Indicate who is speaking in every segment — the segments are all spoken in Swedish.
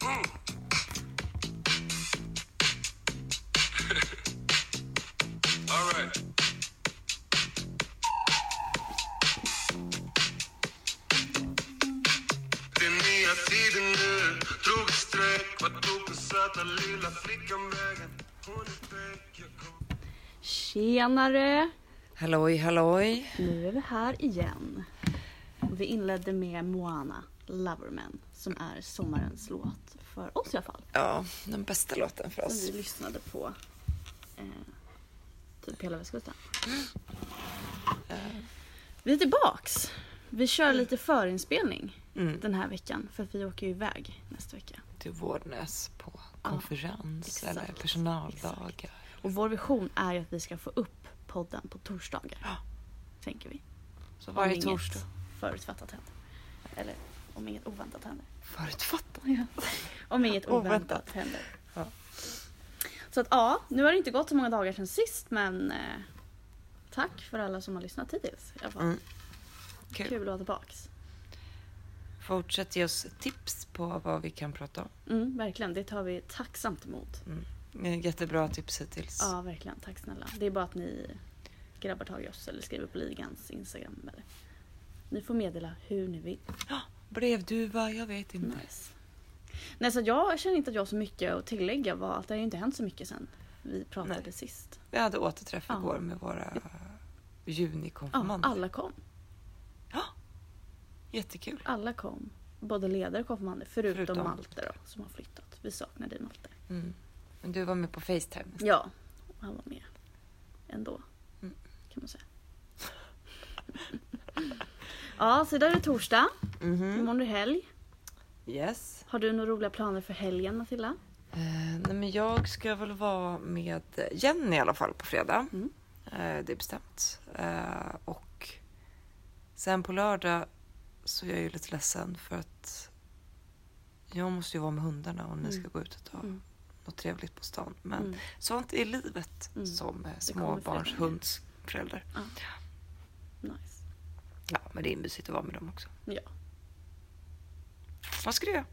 Speaker 1: Mm. All right. Den nya tiden nu drog ett streck. Vart tog den söta lilla flickan vägen? Hon är väck, jag kommer...
Speaker 2: Tjenare!
Speaker 3: Halloj, halloj.
Speaker 2: Nu är vi här igen. Vi inledde med Moana, Loverman, som är sommarens låt för oss i alla fall.
Speaker 3: Ja, den bästa låten för
Speaker 2: Som
Speaker 3: oss.
Speaker 2: vi lyssnade på eh, typ hela västkusten. Vi är tillbaks! Vi kör lite förinspelning
Speaker 3: Mm.
Speaker 2: den här veckan för att vi åker ju iväg nästa vecka.
Speaker 3: Till Vårdnäs på konferens
Speaker 2: exakt,
Speaker 3: eller personaldagar.
Speaker 2: Och vår vision är ju att vi ska få upp podden på torsdagar.
Speaker 3: Ja.
Speaker 2: Tänker vi.
Speaker 3: Så varje
Speaker 2: inget
Speaker 3: torsdag.
Speaker 2: förutfattat händer. Eller om inget oväntat händer.
Speaker 3: Förutfattat.
Speaker 2: Om inget oväntat,
Speaker 3: Oväntat.
Speaker 2: händer.
Speaker 3: Ja.
Speaker 2: Så att ja, nu har det inte gått så många dagar sedan sist men eh, tack för alla som har lyssnat hittills. I alla fall.
Speaker 3: Mm,
Speaker 2: kul.
Speaker 3: Kul.
Speaker 2: att vara tillbaks.
Speaker 3: Fortsätt ge oss tips på vad vi kan prata om.
Speaker 2: Mm, verkligen, det tar vi tacksamt emot.
Speaker 3: Eh, Jättebra tips hittills.
Speaker 2: Ja, verkligen. Tack snälla. Det är bara att ni grabbar tag i oss eller skriver på ligans Instagram. Eller. Ni får meddela hur ni vill.
Speaker 3: Brevduva, jag vet inte.
Speaker 2: Nice. Nej, så jag känner inte att jag har så mycket att tillägga. Var att det har ju inte hänt så mycket sen vi pratade
Speaker 3: Nej.
Speaker 2: sist.
Speaker 3: Vi hade återträff
Speaker 2: Ja.
Speaker 3: igår med våra
Speaker 2: Ja,
Speaker 3: junikonfirmander.
Speaker 2: alla kom.
Speaker 3: Jättekul.
Speaker 2: Alla kom. Både ledare och konfirmander. Förutom,
Speaker 3: Förutom.
Speaker 2: Malte då, som har flyttat. Vi saknar dig Malte.
Speaker 3: Mm. Men du var med på Facetime.
Speaker 2: Ja, han var med. Ändå.
Speaker 3: Mm.
Speaker 2: Kan man säga. ja, så där är det torsdag.
Speaker 3: Mhm.
Speaker 2: Imorgon är det helg.
Speaker 3: Yes.
Speaker 2: Har du några roliga planer för helgen Matilda?
Speaker 3: Eh, nej men jag ska väl vara med Jenny i alla fall på fredag.
Speaker 2: Mm.
Speaker 3: Eh, det är bestämt. Eh, och sen på lördag så är jag ju lite ledsen för att jag måste ju vara med hundarna om ni
Speaker 2: Mm.
Speaker 3: ska gå ut och ta
Speaker 2: Mm.
Speaker 3: något trevligt på stan. Men
Speaker 2: Mm.
Speaker 3: sånt är livet
Speaker 2: Mm.
Speaker 3: som eh,
Speaker 2: kommer förändringar.
Speaker 3: småbarnshundsförälder.
Speaker 2: Ja. Nice.
Speaker 3: Ja, men det är mysigt att vara med dem också.
Speaker 2: Ja.
Speaker 3: Vad ska du göra?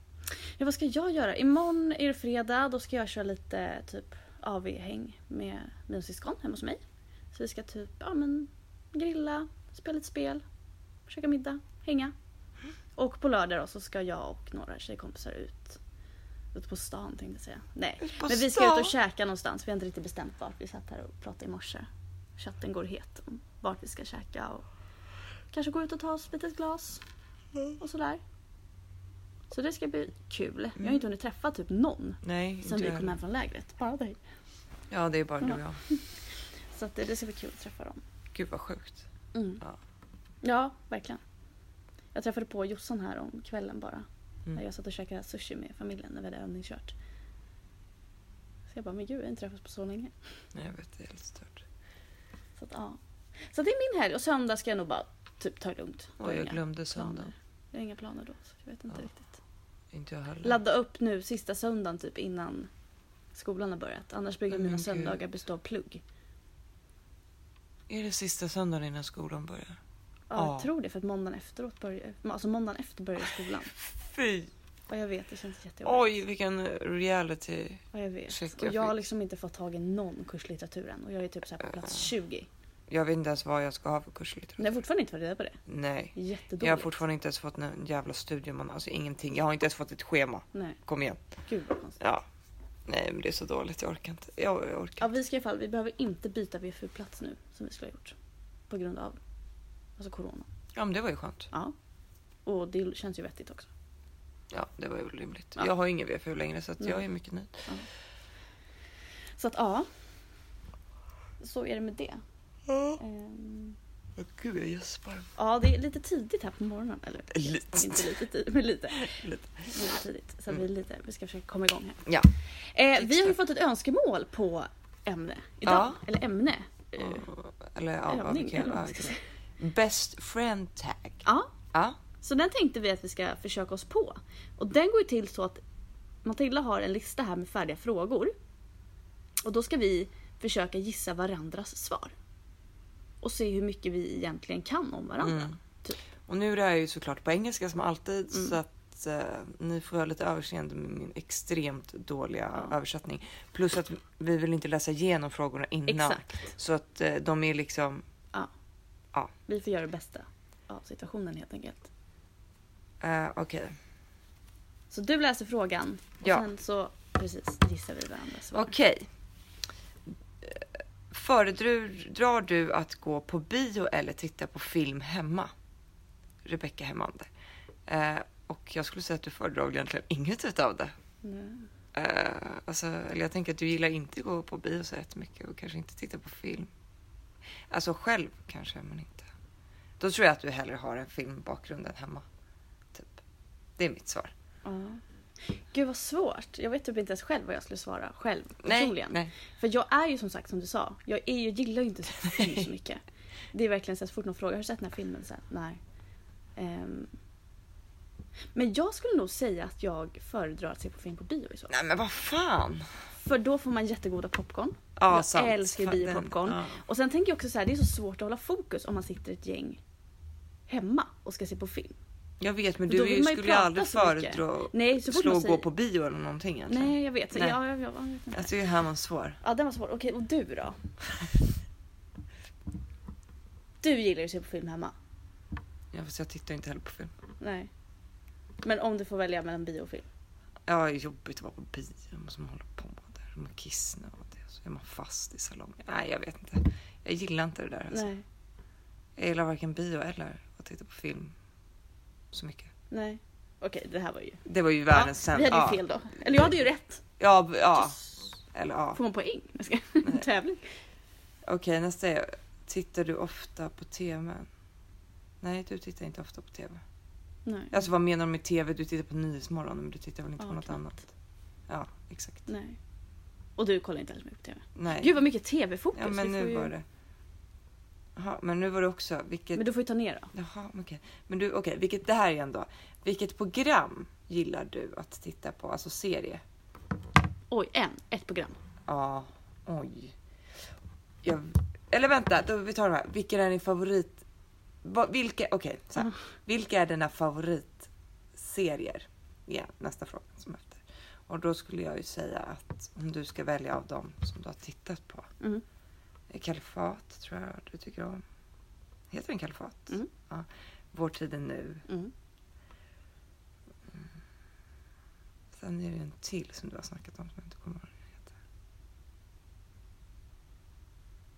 Speaker 2: ja. Vad ska jag göra? Imorgon är det fredag. Då ska jag köra lite typ AV-häng med mina syskon hemma hos mig. Så vi ska typ ja, men, grilla, spela lite spel, käka middag, hänga. Och på lördag då så ska jag och några tjejkompisar ut. Ut på stan tänkte jag säga. Nej,
Speaker 3: Ut på
Speaker 2: men vi ska ut
Speaker 3: stan?
Speaker 2: och käka någonstans. Vi har inte riktigt bestämt vart. Vi satt här och pratade i morse. Chatten går het om vart vi ska käka och kanske gå ut och ta oss ett litet glas och sådär. Så det ska bli kul. Jag har inte hunnit träffa typ någon
Speaker 3: Nej,
Speaker 2: sen vi kom hem Mm. från lägret. Bara dig.
Speaker 3: Ja, det är bara du och jag.
Speaker 2: Så att det, det ska bli kul att träffa dem.
Speaker 3: Gud vad sjukt.
Speaker 2: Mm.
Speaker 3: Ja.
Speaker 2: Ja, verkligen. Jag träffade på Jossan här om kvällen bara.
Speaker 3: Mm.
Speaker 2: När jag satt och käkade sushi med familjen när vi hade övningskört. Så jag bara, men gud, vi har inte träffats på så länge.
Speaker 3: Nej, jag vet, det är helt stört.
Speaker 2: Så, att, ja. så det är min helg och söndag ska jag nog bara typ ta det lugnt. Jag har
Speaker 3: Oj, jag
Speaker 2: inga
Speaker 3: glömde
Speaker 2: planer.
Speaker 3: söndagen.
Speaker 2: Jag har inga planer då, så jag vet inte
Speaker 3: Ja.
Speaker 2: riktigt.
Speaker 3: Inte jag heller.
Speaker 2: Ladda upp nu sista söndagen typ innan skolan har börjat. Annars brukar
Speaker 3: Men
Speaker 2: mina
Speaker 3: gud.
Speaker 2: söndagar bestå av plugg.
Speaker 3: Är det sista söndagen innan skolan börjar?
Speaker 2: Ja,
Speaker 3: Ja.
Speaker 2: jag tror det för att måndagen efteråt börjar, alltså måndagen efter börjar skolan.
Speaker 3: Fy!
Speaker 2: Och jag vet, det känns jättejobbigt.
Speaker 3: Oj, vilken reality.
Speaker 2: Ja, jag vet.
Speaker 3: Shit,
Speaker 2: och
Speaker 3: jag
Speaker 2: jag har
Speaker 3: fick-
Speaker 2: liksom inte fått tag i någon kurslitteratur än och jag är typ så här på plats 20.
Speaker 3: Jag vet inte ens vad jag ska ha för kurslitteratur.
Speaker 2: Men jag har fortfarande inte fått reda på det.
Speaker 3: Nej.
Speaker 2: Jättedåligt.
Speaker 3: Jag har fortfarande inte ens fått någon jävla studieman, alltså ingenting. Jag har inte ens fått ett schema.
Speaker 2: Nej,
Speaker 3: Kom igen.
Speaker 2: gud vad konstigt.
Speaker 3: Ja. Nej, men det är så dåligt. Jag orkar inte. Jag, jag orkar.
Speaker 2: Ja, vi ska i alla fall, vi behöver inte byta VFU-plats nu som vi skulle ha gjort. På grund av alltså corona.
Speaker 3: Ja, men det var ju skönt.
Speaker 2: Ja. Och det känns ju vettigt också.
Speaker 3: Ja, det var ju rimligt.
Speaker 2: Ja.
Speaker 3: Jag har ingen VFU längre så att jag
Speaker 2: Nej.
Speaker 3: är mycket nöjd.
Speaker 2: Så att ja. Så är det med det. Ehm,
Speaker 3: Åh, Gud, jag gäspar.
Speaker 2: Ja, det är lite tidigt här på morgonen. Eller
Speaker 3: Lite.
Speaker 2: inte lite tidigt, men lite.
Speaker 3: Lite. Mm.
Speaker 2: Lite tidigt. Så att vi, är lite, vi ska försöka komma igång här.
Speaker 3: Ja.
Speaker 2: Eh, vi har ju fått ett önskemål på ämne idag.
Speaker 3: Ja.
Speaker 2: Eller ämne. Eh,
Speaker 3: Eller ja, vad
Speaker 2: övning,
Speaker 3: vi kan
Speaker 2: eller vad
Speaker 3: ja,
Speaker 2: man ska
Speaker 3: vi
Speaker 2: säga.
Speaker 3: kan- Best friend tag.
Speaker 2: Ja,
Speaker 3: Ja.
Speaker 2: så den tänkte vi att vi ska försöka oss på. Och den går ju till så att Matilda har en lista här med färdiga frågor. Och då ska vi försöka gissa varandras svar. Och se hur
Speaker 3: Mm.
Speaker 2: mycket vi egentligen kan om varandra.
Speaker 3: Och nu är det här ju såklart på engelska som alltid så att att eh, ni får ha lite överseende med min extremt dåliga
Speaker 2: Ja.
Speaker 3: översättning. Plus att vi vill inte läsa igenom frågorna innan.
Speaker 2: Exakt.
Speaker 3: Så att eh, de är liksom,
Speaker 2: Vi får göra det bästa av situationen helt enkelt.
Speaker 3: eh, okej.
Speaker 2: Så du läser frågan och
Speaker 3: Ja.
Speaker 2: sen så precis gissar vi varandras svar.
Speaker 3: Okej. Eh, Föredrar du att gå på bio eller titta på film hemma? Rebecka Hemmander. Eh, och jag skulle säga att du föredrar egentligen inget utav det.
Speaker 2: Mm.
Speaker 3: Eh, alltså, eller jag tänker att du gillar inte att gå på bio så rätt mycket och kanske inte titta på film. Alltså själv kanske, men inte. Då tror jag att du hellre har en filmbakgrund än hemma. Typ. Det är mitt svar.
Speaker 2: Ja. Gud vad svårt. Jag vet typ inte ens själv vad jag skulle svara själv.
Speaker 3: Nej,
Speaker 2: personligen.
Speaker 3: nej.
Speaker 2: För jag är ju som sagt som du sa, jag är ju, gillar ju inte film så mycket. Det är verkligen så att så fort någon frågar har du sett den här filmen? Så här, nej. Ehm. men jag skulle nog säga att jag föredrar att se på film på bio i så fall.
Speaker 3: Nej men vad fan!
Speaker 2: För då får man jättegoda popcorn.
Speaker 3: Ja,
Speaker 2: jag
Speaker 3: sant.
Speaker 2: älskar ju
Speaker 3: Fan,
Speaker 2: biopopcorn.
Speaker 3: den- ja.
Speaker 2: Och sen tänker jag också så här, det är så svårt att hålla fokus om man sitter ett gäng hemma och ska se på film.
Speaker 3: Jag vet men
Speaker 2: Då
Speaker 3: du
Speaker 2: vill
Speaker 3: ju
Speaker 2: man ju
Speaker 3: skulle ju
Speaker 2: prata
Speaker 3: aldrig
Speaker 2: så mycket.
Speaker 3: föredra
Speaker 2: Nej, så
Speaker 3: att
Speaker 2: fort
Speaker 3: slå
Speaker 2: man
Speaker 3: och
Speaker 2: säger...
Speaker 3: gå på bio eller någonting egentligen.
Speaker 2: Nej, jag vet.
Speaker 3: Nej.
Speaker 2: Ja, jag, jag, jag vet inte.
Speaker 3: Alltså det är här man svår.
Speaker 2: Ja, den var svår. Okej, och du då? Du gillar ju att se på film hemma.
Speaker 3: Ja, fast jag tittar ju inte heller på film.
Speaker 2: Nej. Men om du får välja mellan bio och film.
Speaker 3: Ja, det är jobbigt att vara på bio. Man måste hålla på där. Man kissar och det. Så är man fast i salongen. Nej, jag vet inte. Jag gillar inte det där. Alltså.
Speaker 2: Nej.
Speaker 3: Jag gillar varken bio eller att titta på film så mycket.
Speaker 2: Nej. Okej, det här var ju...
Speaker 3: Det var ju världens
Speaker 2: ja,
Speaker 3: sämst.
Speaker 2: vi hade ju fel
Speaker 3: ja.
Speaker 2: då. Eller jag hade ju rätt.
Speaker 3: Ja, b- ja.
Speaker 2: Yes.
Speaker 3: Eller ja.
Speaker 2: Får man poäng? Jag ska
Speaker 3: Nej.
Speaker 2: tävling.
Speaker 3: Okej, nästa är. Tittar du ofta på TV? Nej, du tittar inte ofta på TV.
Speaker 2: Nej.
Speaker 3: Alltså vad menar du med TV? Du tittar på Nyhetsmorgon men du tittar väl inte
Speaker 2: Ja,
Speaker 3: på något
Speaker 2: knappt.
Speaker 3: annat? Ja, exakt.
Speaker 2: Nej. Och du kollar inte alls mycket på TV.
Speaker 3: Nej.
Speaker 2: Gud vad mycket TV-fokus.
Speaker 3: ja, men
Speaker 2: Vi får
Speaker 3: nu
Speaker 2: ju...
Speaker 3: var det. Jaha, men nu var det också vilket...
Speaker 2: Men du får ju ta ner då.
Speaker 3: Jaha, men okej. Men du, okej, vilket det här igen då. Vilket program gillar du att titta på? Alltså serie?
Speaker 2: Oj, en. Ett program.
Speaker 3: Ja, oj. Jag... Eller vänta, då vi tar de här. Vilken är din favorit? Va, vilka, okej, så här.
Speaker 2: Mm.
Speaker 3: Vilka är dina favoritserier? Ja, nästa fråga som är efter. Och då skulle jag ju säga att om du ska välja av dem som du har tittat på. Eh,
Speaker 2: Mm.
Speaker 3: Kalifat tror jag du tycker om. Heter den Kalifat?
Speaker 2: Mm.
Speaker 3: Ja. Vår tid är nu.
Speaker 2: Mm.
Speaker 3: Sen är det en till som du har snackat om som jag inte kommer ihåg vad den heter.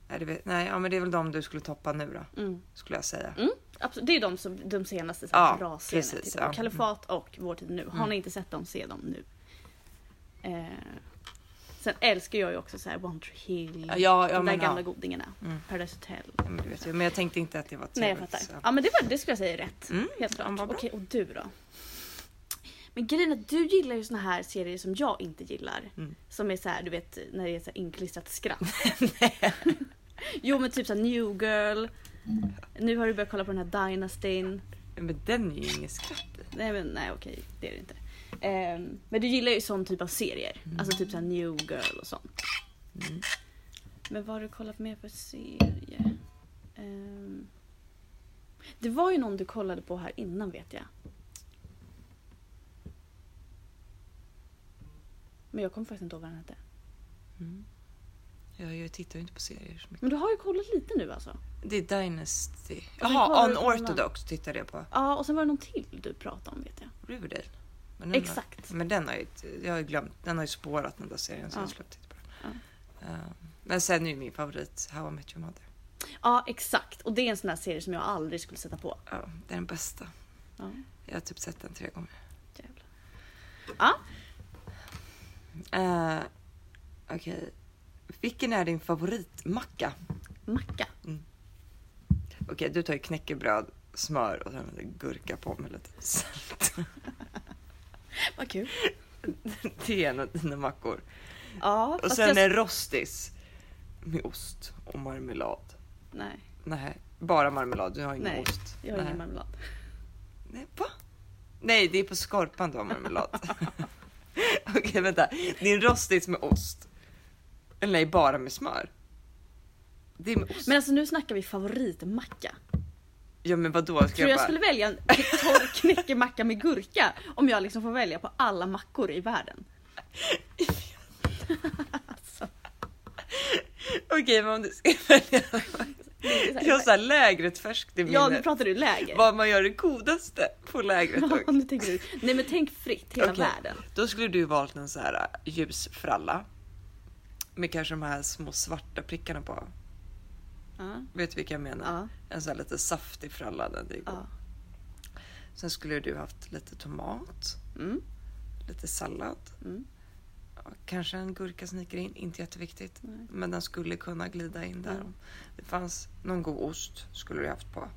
Speaker 3: Nej, det vet, nej ja, men det är väl de du skulle toppa nu då,
Speaker 2: Mm.
Speaker 3: skulle jag säga.
Speaker 2: Mm. Absolut. Det är de, som, de senaste så här,
Speaker 3: Ja,
Speaker 2: bra serierna.
Speaker 3: precis,
Speaker 2: Typ.
Speaker 3: ja.
Speaker 2: Kalifat och Vår tid nu. Har
Speaker 3: Mm.
Speaker 2: ni inte sett dem, se dem nu. Eh. Sen älskar jag ju också så här One Tree Hill.
Speaker 3: Ja, ja,
Speaker 2: de där
Speaker 3: men,
Speaker 2: gamla
Speaker 3: ja.
Speaker 2: godingarna.
Speaker 3: Mm.
Speaker 2: Paradise Hotel.
Speaker 3: Ja, men, du vet, ju. men jag tänkte inte att det var
Speaker 2: Nej jag
Speaker 3: trevligt,
Speaker 2: fattar.
Speaker 3: så.
Speaker 2: Ja men det, var, det skulle jag säga är rätt.
Speaker 3: Mm,
Speaker 2: Helt
Speaker 3: ja,
Speaker 2: klart.
Speaker 3: vad bra.
Speaker 2: Okej och du då? Men grejen är att du gillar ju såna här serier som jag inte gillar.
Speaker 3: Mm.
Speaker 2: Som är så här, du vet när det är så här inklistrat skratt. jo men typ så här New Girl. Nu har du börjat kolla på den här Dynastin.
Speaker 3: Men den är ju ingen skratt i.
Speaker 2: Nej men nej okej det är det inte. Ehm, men du gillar ju sån typ av serier. Alltså typ så här New Girl och sånt.
Speaker 3: Mm.
Speaker 2: Men vad har du kollat mer för serie? Ehm, det var ju någon du kollade på här innan vet jag. Men jag kommer faktiskt inte ihåg vad den hette.
Speaker 3: Mm. Jag, jag tittar ju inte på serier så mycket.
Speaker 2: Men du har ju kollat lite nu alltså.
Speaker 3: Det är Dynasty.
Speaker 2: sen
Speaker 3: Jaha,
Speaker 2: kollar du på någon
Speaker 3: Unorthodox tittade jag på.
Speaker 2: Ja och sen var det någon till du pratade om vet jag.
Speaker 3: Riverdale. Men den
Speaker 2: Exakt.
Speaker 3: Har, men den har jag, ju- jag har ju glömt. Den har ju spårat den där serien så
Speaker 2: Ja.
Speaker 3: jag har slutat titta på den. Eh, men sen är ju min favorit How I Met Your Mother.
Speaker 2: Ja exakt och det är en sån här serie som jag aldrig skulle sätta på.
Speaker 3: Ja, det är den bästa.
Speaker 2: Ja,
Speaker 3: Jag har typ sett den tre gånger.
Speaker 2: jävlar. Ja,
Speaker 3: Eh, Okej. Vilken är din favoritmacka?
Speaker 2: macka.
Speaker 3: Okej, du tar ju knäckebröd, smör och sen lite gurka på med lite salt.
Speaker 2: Vad kul.
Speaker 3: Det är en av dina mackor.
Speaker 2: Ja
Speaker 3: Och
Speaker 2: fast
Speaker 3: sen
Speaker 2: jag...
Speaker 3: en rostis med ost och marmelad.
Speaker 2: Nej
Speaker 3: Nej, bara marmelad. Du har ingen
Speaker 2: Nej,
Speaker 3: ost.
Speaker 2: jag har
Speaker 3: Nej.
Speaker 2: ingen marmelad.
Speaker 3: Nej, va? Nej, det är på skorpan du har marmelad. Okej, vänta. Din rostis med ost. Eller nej, bara med smör. Det är med ost.
Speaker 2: Men alltså nu snackar vi favoritmacka.
Speaker 3: Ja men vadå? Ska
Speaker 2: Tror du
Speaker 3: jag
Speaker 2: jag
Speaker 3: bara...
Speaker 2: skulle välja en torr knäckemacka med gurka om jag liksom får välja på alla mackor i världen?
Speaker 3: Okej men om du ska välja.
Speaker 2: Det är så här-
Speaker 3: Jag har såhär lägret färskt i
Speaker 2: Ja, nu
Speaker 3: minnet.
Speaker 2: pratar du läger.
Speaker 3: Vad man gör det godaste på lägret.
Speaker 2: Ja, nu tänker du. Nej men tänk fritt, hela
Speaker 3: Okej.
Speaker 2: världen.
Speaker 3: Då skulle du valt en så här äh, ljus fralla. Med kanske de här små svarta prickarna på.
Speaker 2: Ja,
Speaker 3: Vet du vilka jag menar?
Speaker 2: ja,
Speaker 3: En sån här lite saftig fralla. Den är god.
Speaker 2: ja.
Speaker 3: Sen skulle du haft lite tomat,
Speaker 2: Mm,
Speaker 3: lite sallad.
Speaker 2: mm.
Speaker 3: och Kanske en gurka sniker in, inte jätteviktigt.
Speaker 2: Nej.
Speaker 3: Men den skulle kunna glida in där.
Speaker 2: Mm.
Speaker 3: om Det fanns någon god ost skulle du haft på.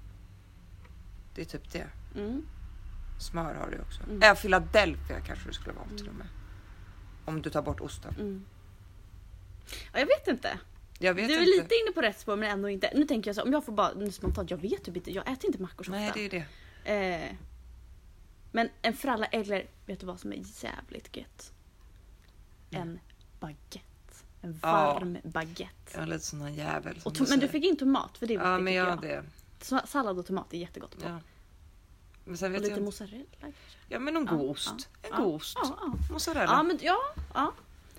Speaker 3: Det är typ det.
Speaker 2: Mm.
Speaker 3: Smör har du också.
Speaker 2: Mm.
Speaker 3: Äh, Philadelphia kanske du skulle vara till och med. Om du tar bort osten.
Speaker 2: Mm. Ja, jag vet inte.
Speaker 3: Jag vet
Speaker 2: du är
Speaker 3: inte.
Speaker 2: lite inne på rätt spår men ändå inte. Nu tänker jag så om jag får bara nu spontant, jag vet typ inte, jag äter inte mackor så
Speaker 3: Nej,
Speaker 2: ofta.
Speaker 3: det är det.
Speaker 2: Eh, men en fralla eller vet du vad som är jävligt gött? En baguette. En varm baguette.
Speaker 3: Jag är lite sån här jävel. som
Speaker 2: Och to- men du
Speaker 3: säger.
Speaker 2: fick in tomat för det är viktigt
Speaker 3: Ja, men jag,
Speaker 2: tycker jag.
Speaker 3: det.
Speaker 2: Sa- Sallad och tomat är jättegott på.
Speaker 3: Ja. Men sen
Speaker 2: och
Speaker 3: vet
Speaker 2: lite
Speaker 3: jag inte.
Speaker 2: mozzarella kanske.
Speaker 3: Ja, men någon
Speaker 2: Ja,
Speaker 3: god ost. En
Speaker 2: ja,
Speaker 3: god ost.
Speaker 2: Ja, ja.
Speaker 3: Mozzarella.
Speaker 2: ja, men, ja, ja.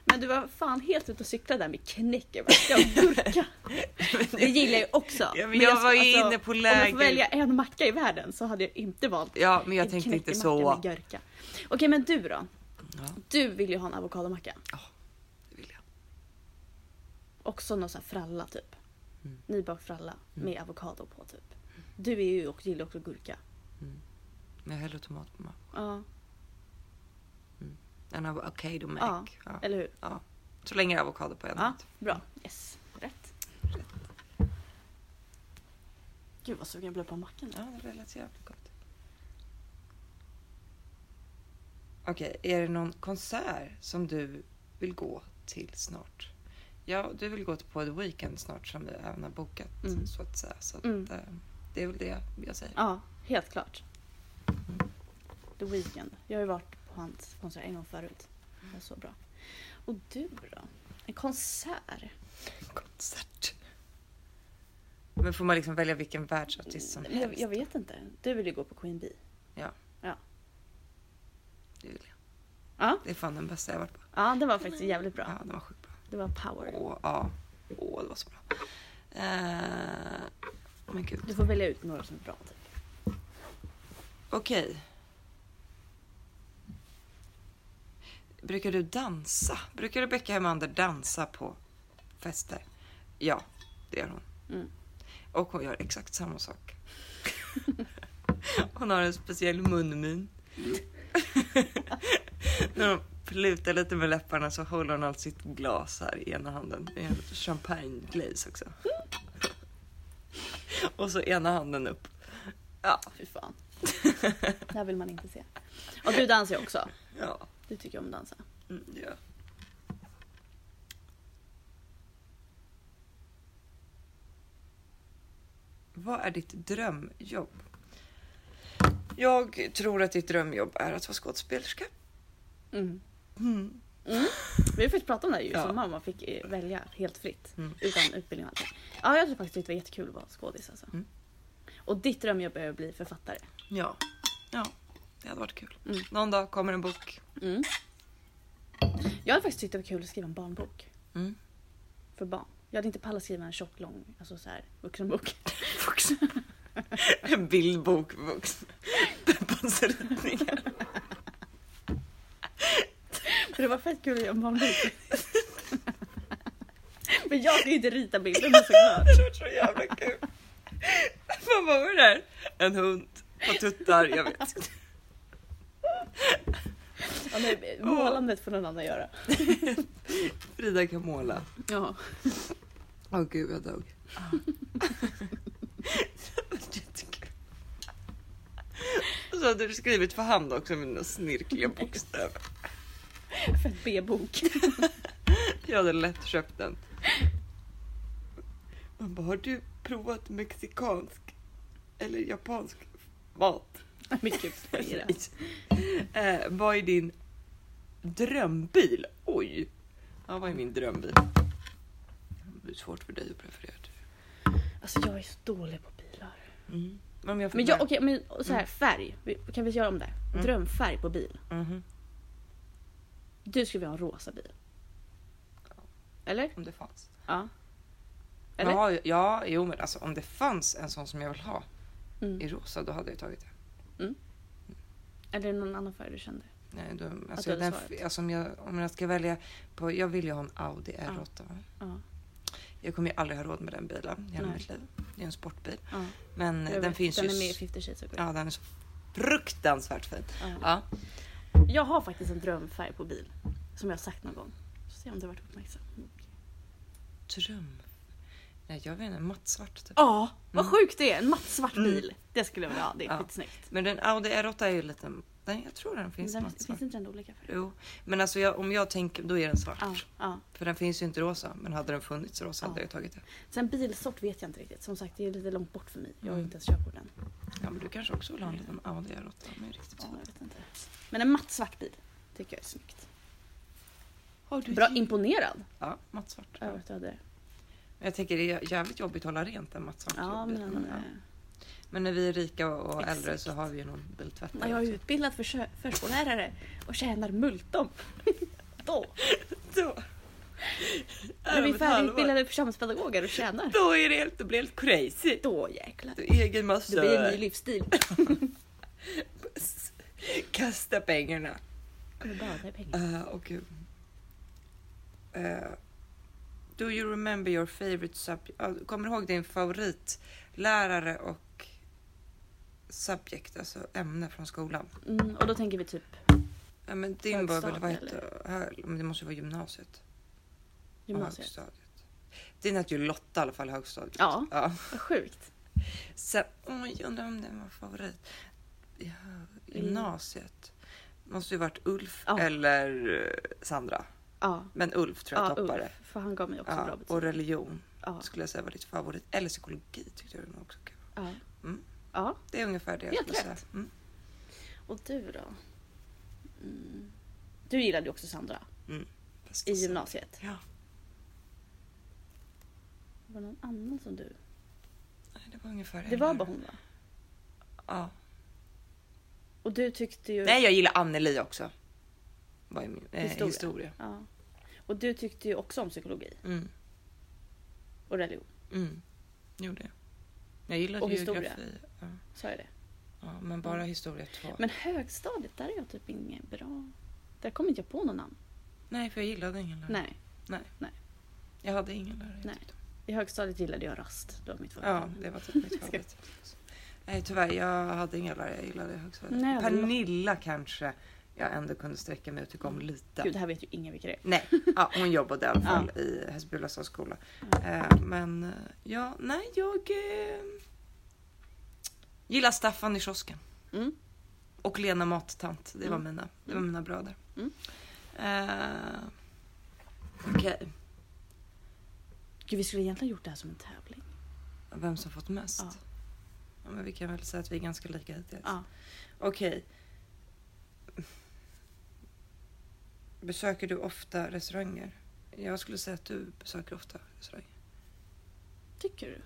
Speaker 2: men du var fan helt ute och cyklade där med knäckemacka och gurka. Det gillar jag ju också.
Speaker 3: Ja, men jag var ju inne på
Speaker 2: Om jag
Speaker 3: läger.
Speaker 2: får välja en macka i världen så hade jag inte valt
Speaker 3: Ja, men jag
Speaker 2: en
Speaker 3: tänkte inte
Speaker 2: knäckemacka
Speaker 3: så.
Speaker 2: med gurka. Okej men du då?
Speaker 3: Ja,
Speaker 2: Du vill ju ha en avokadomacka.
Speaker 3: det vill jag.
Speaker 2: Också någon sån här fralla typ.
Speaker 3: Mm.
Speaker 2: Nybakt fralla med avokado på typ. Du är ju och gillar också gurka.
Speaker 3: Men jag häller tomat på mig.
Speaker 2: Ja,
Speaker 3: En avokado med
Speaker 2: Ja.
Speaker 3: ägg. Ja.
Speaker 2: eller hur?
Speaker 3: Så länge det är avokado på en
Speaker 2: Ja,
Speaker 3: hand.
Speaker 2: bra. Yes, rätt. Gud vad sugen jag blev på mackan nu.
Speaker 3: Ja, det lät jävligt gott. Okej, är det någon konsert som du vill gå till snart? Ja, du vill gå till på The Weeknd snart som vi även har bokat
Speaker 2: Mm.
Speaker 3: så att säga. Så att,
Speaker 2: Mm.
Speaker 3: eh, det är väl det jag säger.
Speaker 2: Ja, helt klart. The Weeknd. Jag har ju varit på hans konsert en gång förut. Det var så bra. Och du då? En konsert?
Speaker 3: Konsert. Men får man liksom välja vilken världsartist som
Speaker 2: Men Mm, jag,
Speaker 3: helst?
Speaker 2: jag vet inte. Du vill ju gå på Queen Bee.
Speaker 3: Det vill jag.
Speaker 2: Ja.
Speaker 3: Det är fan den bästa jag varit på.
Speaker 2: Ja, det var faktiskt jävligt
Speaker 3: Ja,
Speaker 2: bra.
Speaker 3: den var sjukt bra.
Speaker 2: Mm. Det var power.
Speaker 3: Åh, ja. Åh, det var så bra. Eh, men gud.
Speaker 2: Du får välja ut några som är bra typ.
Speaker 3: Okej. Brukar du dansa? Brukar Rebecca Hemander dansa på fester? Ja, det gör hon.
Speaker 2: Mm.
Speaker 3: Och hon gör exakt samma sak. hon har en speciell munmin. När hon plutar lite med läpparna så håller hon allt sitt glas här i ena handen. Det är en champagneglaze också. Och så ena handen upp. Ja,
Speaker 2: Fy fan. det här vill man inte se. Och du dansar ju också.
Speaker 3: ja.
Speaker 2: Du tycker om att dansa.
Speaker 3: Mm, ja. Vad är ditt drömjobb? Jag tror att ditt drömjobb är att vara skådespelerska.
Speaker 2: Mm.
Speaker 3: Mm.
Speaker 2: Vi har faktiskt pratat om det här ju i
Speaker 3: Ja.
Speaker 2: sommar, man fick eh, välja helt fritt.
Speaker 3: Mm.
Speaker 2: Utan utbildning och allting. Ja, jag tror faktiskt att det var jättekul att vara skådis alltså.
Speaker 3: Mm.
Speaker 2: Och ditt drömjobb är att bli författare.
Speaker 3: Ja. ja, det hade varit kul.
Speaker 2: Mm.
Speaker 3: Någon dag kommer en bok.
Speaker 2: Mm. Jag hade faktiskt tyckt det var kul att skriva en barnbok.
Speaker 3: Mm.
Speaker 2: För barn. Jag hade inte pallat skriva en tjock, lång, alltså så här, vuxenbok.
Speaker 3: En bildbok för vuxna. Peppans ritningar.
Speaker 2: För det var fett kul att göra en barnbok. Men jag ska ju inte rita bilderna såklart.
Speaker 3: Det var så jävla kul. Fan vad var det där? En hund på tuttar, jag vet.
Speaker 2: Ja, nej, målandet får någon annan göra.
Speaker 3: Frida kan måla.
Speaker 2: Ja.
Speaker 3: Åh gud, jag dog. det var jättekul. Och så hade du skrivit för hand också med dina snirkliga bokstäver.
Speaker 2: Fett B-bok.
Speaker 3: Jag hade lätt köpt den. Man bara, har du provat mexikansk eller japansk mat?
Speaker 2: Men gud, vad är det?
Speaker 3: eh, vad är din drömbil? Oj! Ja, vad är min drömbil? Det är svårt för dig att preferera.
Speaker 2: Alltså jag är så dålig på bilar. Mm.
Speaker 3: Mm. Men om jag får
Speaker 2: Men jag,
Speaker 3: börja-
Speaker 2: okej, men så här, färg. Vi- Kan vi göra om det?
Speaker 3: Mm.
Speaker 2: Drömfärg på bil.
Speaker 3: Mhm.
Speaker 2: Du skulle vilja ha en rosa bil. Eller?
Speaker 3: Om det fanns.
Speaker 2: Ja. Eller?
Speaker 3: Ja, ja, jo men alltså om det fanns en sån som jag vill ha
Speaker 2: Mm.
Speaker 3: i rosa då hade jag tagit det.
Speaker 2: Eller är det någon annan färg du kände?
Speaker 3: Nej, då,
Speaker 2: Att
Speaker 3: alltså,
Speaker 2: du hade
Speaker 3: den,
Speaker 2: svarat.
Speaker 3: alltså, om, jag, om jag ska välja, på, jag vill ju ha en Audi R8. va?
Speaker 2: Ja.
Speaker 3: Jag kommer ju aldrig ha råd med den bilen i hela
Speaker 2: Nej.
Speaker 3: mitt liv. Det är en sportbil.
Speaker 2: Ja.
Speaker 3: Men
Speaker 2: Jag
Speaker 3: den
Speaker 2: vet,
Speaker 3: finns
Speaker 2: den
Speaker 3: ju...
Speaker 2: är med i
Speaker 3: s-
Speaker 2: 50 shades of Grey.
Speaker 3: ja, den är så fruktansvärt fin.
Speaker 2: Ja.
Speaker 3: Ja.
Speaker 2: Jag har faktiskt en drömfärg på bil. Som jag har sagt någon gång. Får se om du har varit uppmärksam.
Speaker 3: Dröm. Nej, jag vet inte. Mattsvart typ.
Speaker 2: Ja, vad sjukt det är! En mattsvart bil. Det skulle jag vilja ha. Det är
Speaker 3: Mm. Ja.
Speaker 2: skitsnyggt.
Speaker 3: Men den Audi R8 är ju lite... Den, jag tror den finns
Speaker 2: Finns, finns,
Speaker 3: mattsvart.
Speaker 2: finns inte den olika färger?
Speaker 3: Jo, men alltså jag, om jag tänker, då är den svart.
Speaker 2: Ja, ja.
Speaker 3: För den finns ju inte rosa. Men hade den funnits rosa hade
Speaker 2: Ja.
Speaker 3: jag tagit det.
Speaker 2: Sen bilsort vet jag inte riktigt. Som sagt, det är lite långt bort för mig. Jag har
Speaker 3: Mm.
Speaker 2: inte ens körkort än.
Speaker 3: Ja, men du kanske också vill ha en liten Audi R8. De är ju riktigt
Speaker 2: Ja,
Speaker 3: fina.
Speaker 2: jag vet inte. Typ. Men en mattsvart bil tycker jag är snyggt.
Speaker 3: Har du
Speaker 2: Bra
Speaker 3: ett-
Speaker 2: imponerad
Speaker 3: Ja, mattsvart.
Speaker 2: över att du hade det.
Speaker 3: Men Jag tänker det är jävligt jobbigt att hålla rent en mattsvart
Speaker 2: Ja,
Speaker 3: bil.
Speaker 2: men, eh,
Speaker 3: Men när vi är rika och, och
Speaker 2: Exakt.
Speaker 3: äldre så har vi ju någon biltvättare.
Speaker 2: när jag är
Speaker 3: också.
Speaker 2: utbildad för kö- förskollärare och tjänar multum. Då! När
Speaker 3: Då,
Speaker 2: vi
Speaker 3: men
Speaker 2: är
Speaker 3: ett halvår.
Speaker 2: färdigutbildade församlingspedagoger och tjänar.
Speaker 3: då är det helt, det blir helt crazy.
Speaker 2: Då jäklar.
Speaker 3: Du egen
Speaker 2: Det blir en ny
Speaker 3: massör.
Speaker 2: livsstil.
Speaker 3: Kasta pengarna.
Speaker 2: Kommer bada i pengar.
Speaker 3: Uh, och gud. Eh, do you remember your favorite subject? kommer du ihåg din favoritlärare och subject, alltså ämne från skolan?
Speaker 2: Mm, och då tänker vi typ
Speaker 3: Ja, men din var väl, vad
Speaker 2: Högstadie,
Speaker 3: hette, hö- men det måste ju vara gymnasiet. Och
Speaker 2: gymnasiet.
Speaker 3: högstadiet. Din hette ju Lotta i alla fall, högstadiet.
Speaker 2: Ja.
Speaker 3: ja.
Speaker 2: Vad sjukt.
Speaker 3: Sen, åh, jag undrar om den var favorit. Ja, gymnasiet. Måste ju varit Ulf
Speaker 2: Mm. Ja.
Speaker 3: eller eh, Sandra.
Speaker 2: Ja.
Speaker 3: Men Ulf tror jag
Speaker 2: Ja,
Speaker 3: toppade.
Speaker 2: Ulf, för han gav mig också bra
Speaker 3: Ja, och
Speaker 2: betyg.
Speaker 3: religion
Speaker 2: Ja,
Speaker 3: skulle jag säga var ditt favorit. Eller psykologi tyckte jag nog också. kul.
Speaker 2: ja.
Speaker 3: Mm.
Speaker 2: ja,
Speaker 3: Det är ungefär det jag
Speaker 2: Helt
Speaker 3: skulle säga.
Speaker 2: rätt.
Speaker 3: Mm.
Speaker 2: och du då? Mm. Du gillade ju också Sandra
Speaker 3: Fast
Speaker 2: i
Speaker 3: alltså,
Speaker 2: gymnasiet.
Speaker 3: Ja.
Speaker 2: Var det någon annan som du...
Speaker 3: nej, Det var ungefär
Speaker 2: Det var bara hon va?
Speaker 3: Ja.
Speaker 2: Och du tyckte ju...
Speaker 3: Nej, jag gillar Anneli också. Var ju min, eh,
Speaker 2: Historia.
Speaker 3: historia.
Speaker 2: Ja. Och du tyckte ju också om psykologi
Speaker 3: Mm.
Speaker 2: och religion.
Speaker 3: Mm. Gjorde jag. Jag gillade
Speaker 2: Och historia.
Speaker 3: geografi. Ja.
Speaker 2: Sa jag det?
Speaker 3: Ja, men bara historia 2.
Speaker 2: Men högstadiet, där är jag typ ingen bra... Där kommer inte jag på någon namn.
Speaker 3: Nej, för jag gillade ingen lärare.
Speaker 2: Nej.
Speaker 3: Jag hade ingen lärare. jag
Speaker 2: Nej.
Speaker 3: tyckte.
Speaker 2: I högstadiet gillade jag rast. Det var mitt
Speaker 3: Ja,
Speaker 2: favoritnamn.
Speaker 3: det var typ mitt favorit. Nej, tyvärr. Jag hade inga lärare jag gillade i högstadiet.
Speaker 2: Nej, jag hade-
Speaker 3: Pernilla kanske jag ändå kunde sträcka mig och tycka om lite.
Speaker 2: Gud, det här vet ju ingen vilka det är.
Speaker 3: Nej, ja, hon jobbade i alla fall i Hässelbylassans skola. Eh, men eh, ja, nej, jag eh, gillar Staffan i kiosken.
Speaker 2: Mm.
Speaker 3: Och Lena Mattant. Det var
Speaker 2: Mm.
Speaker 3: mina, det var mina bröder.
Speaker 2: Mm.
Speaker 3: Eh, Okej,
Speaker 2: Gud, vi skulle egentligen gjort det här som en tävling.
Speaker 3: vem som fått mest?
Speaker 2: Ja.
Speaker 3: Ja. men vi kan väl säga att vi är ganska lika hittills.
Speaker 2: Ja.
Speaker 3: Okej. Besöker du ofta restauranger? Jag skulle säga att du besöker ofta restauranger.
Speaker 2: Tycker du?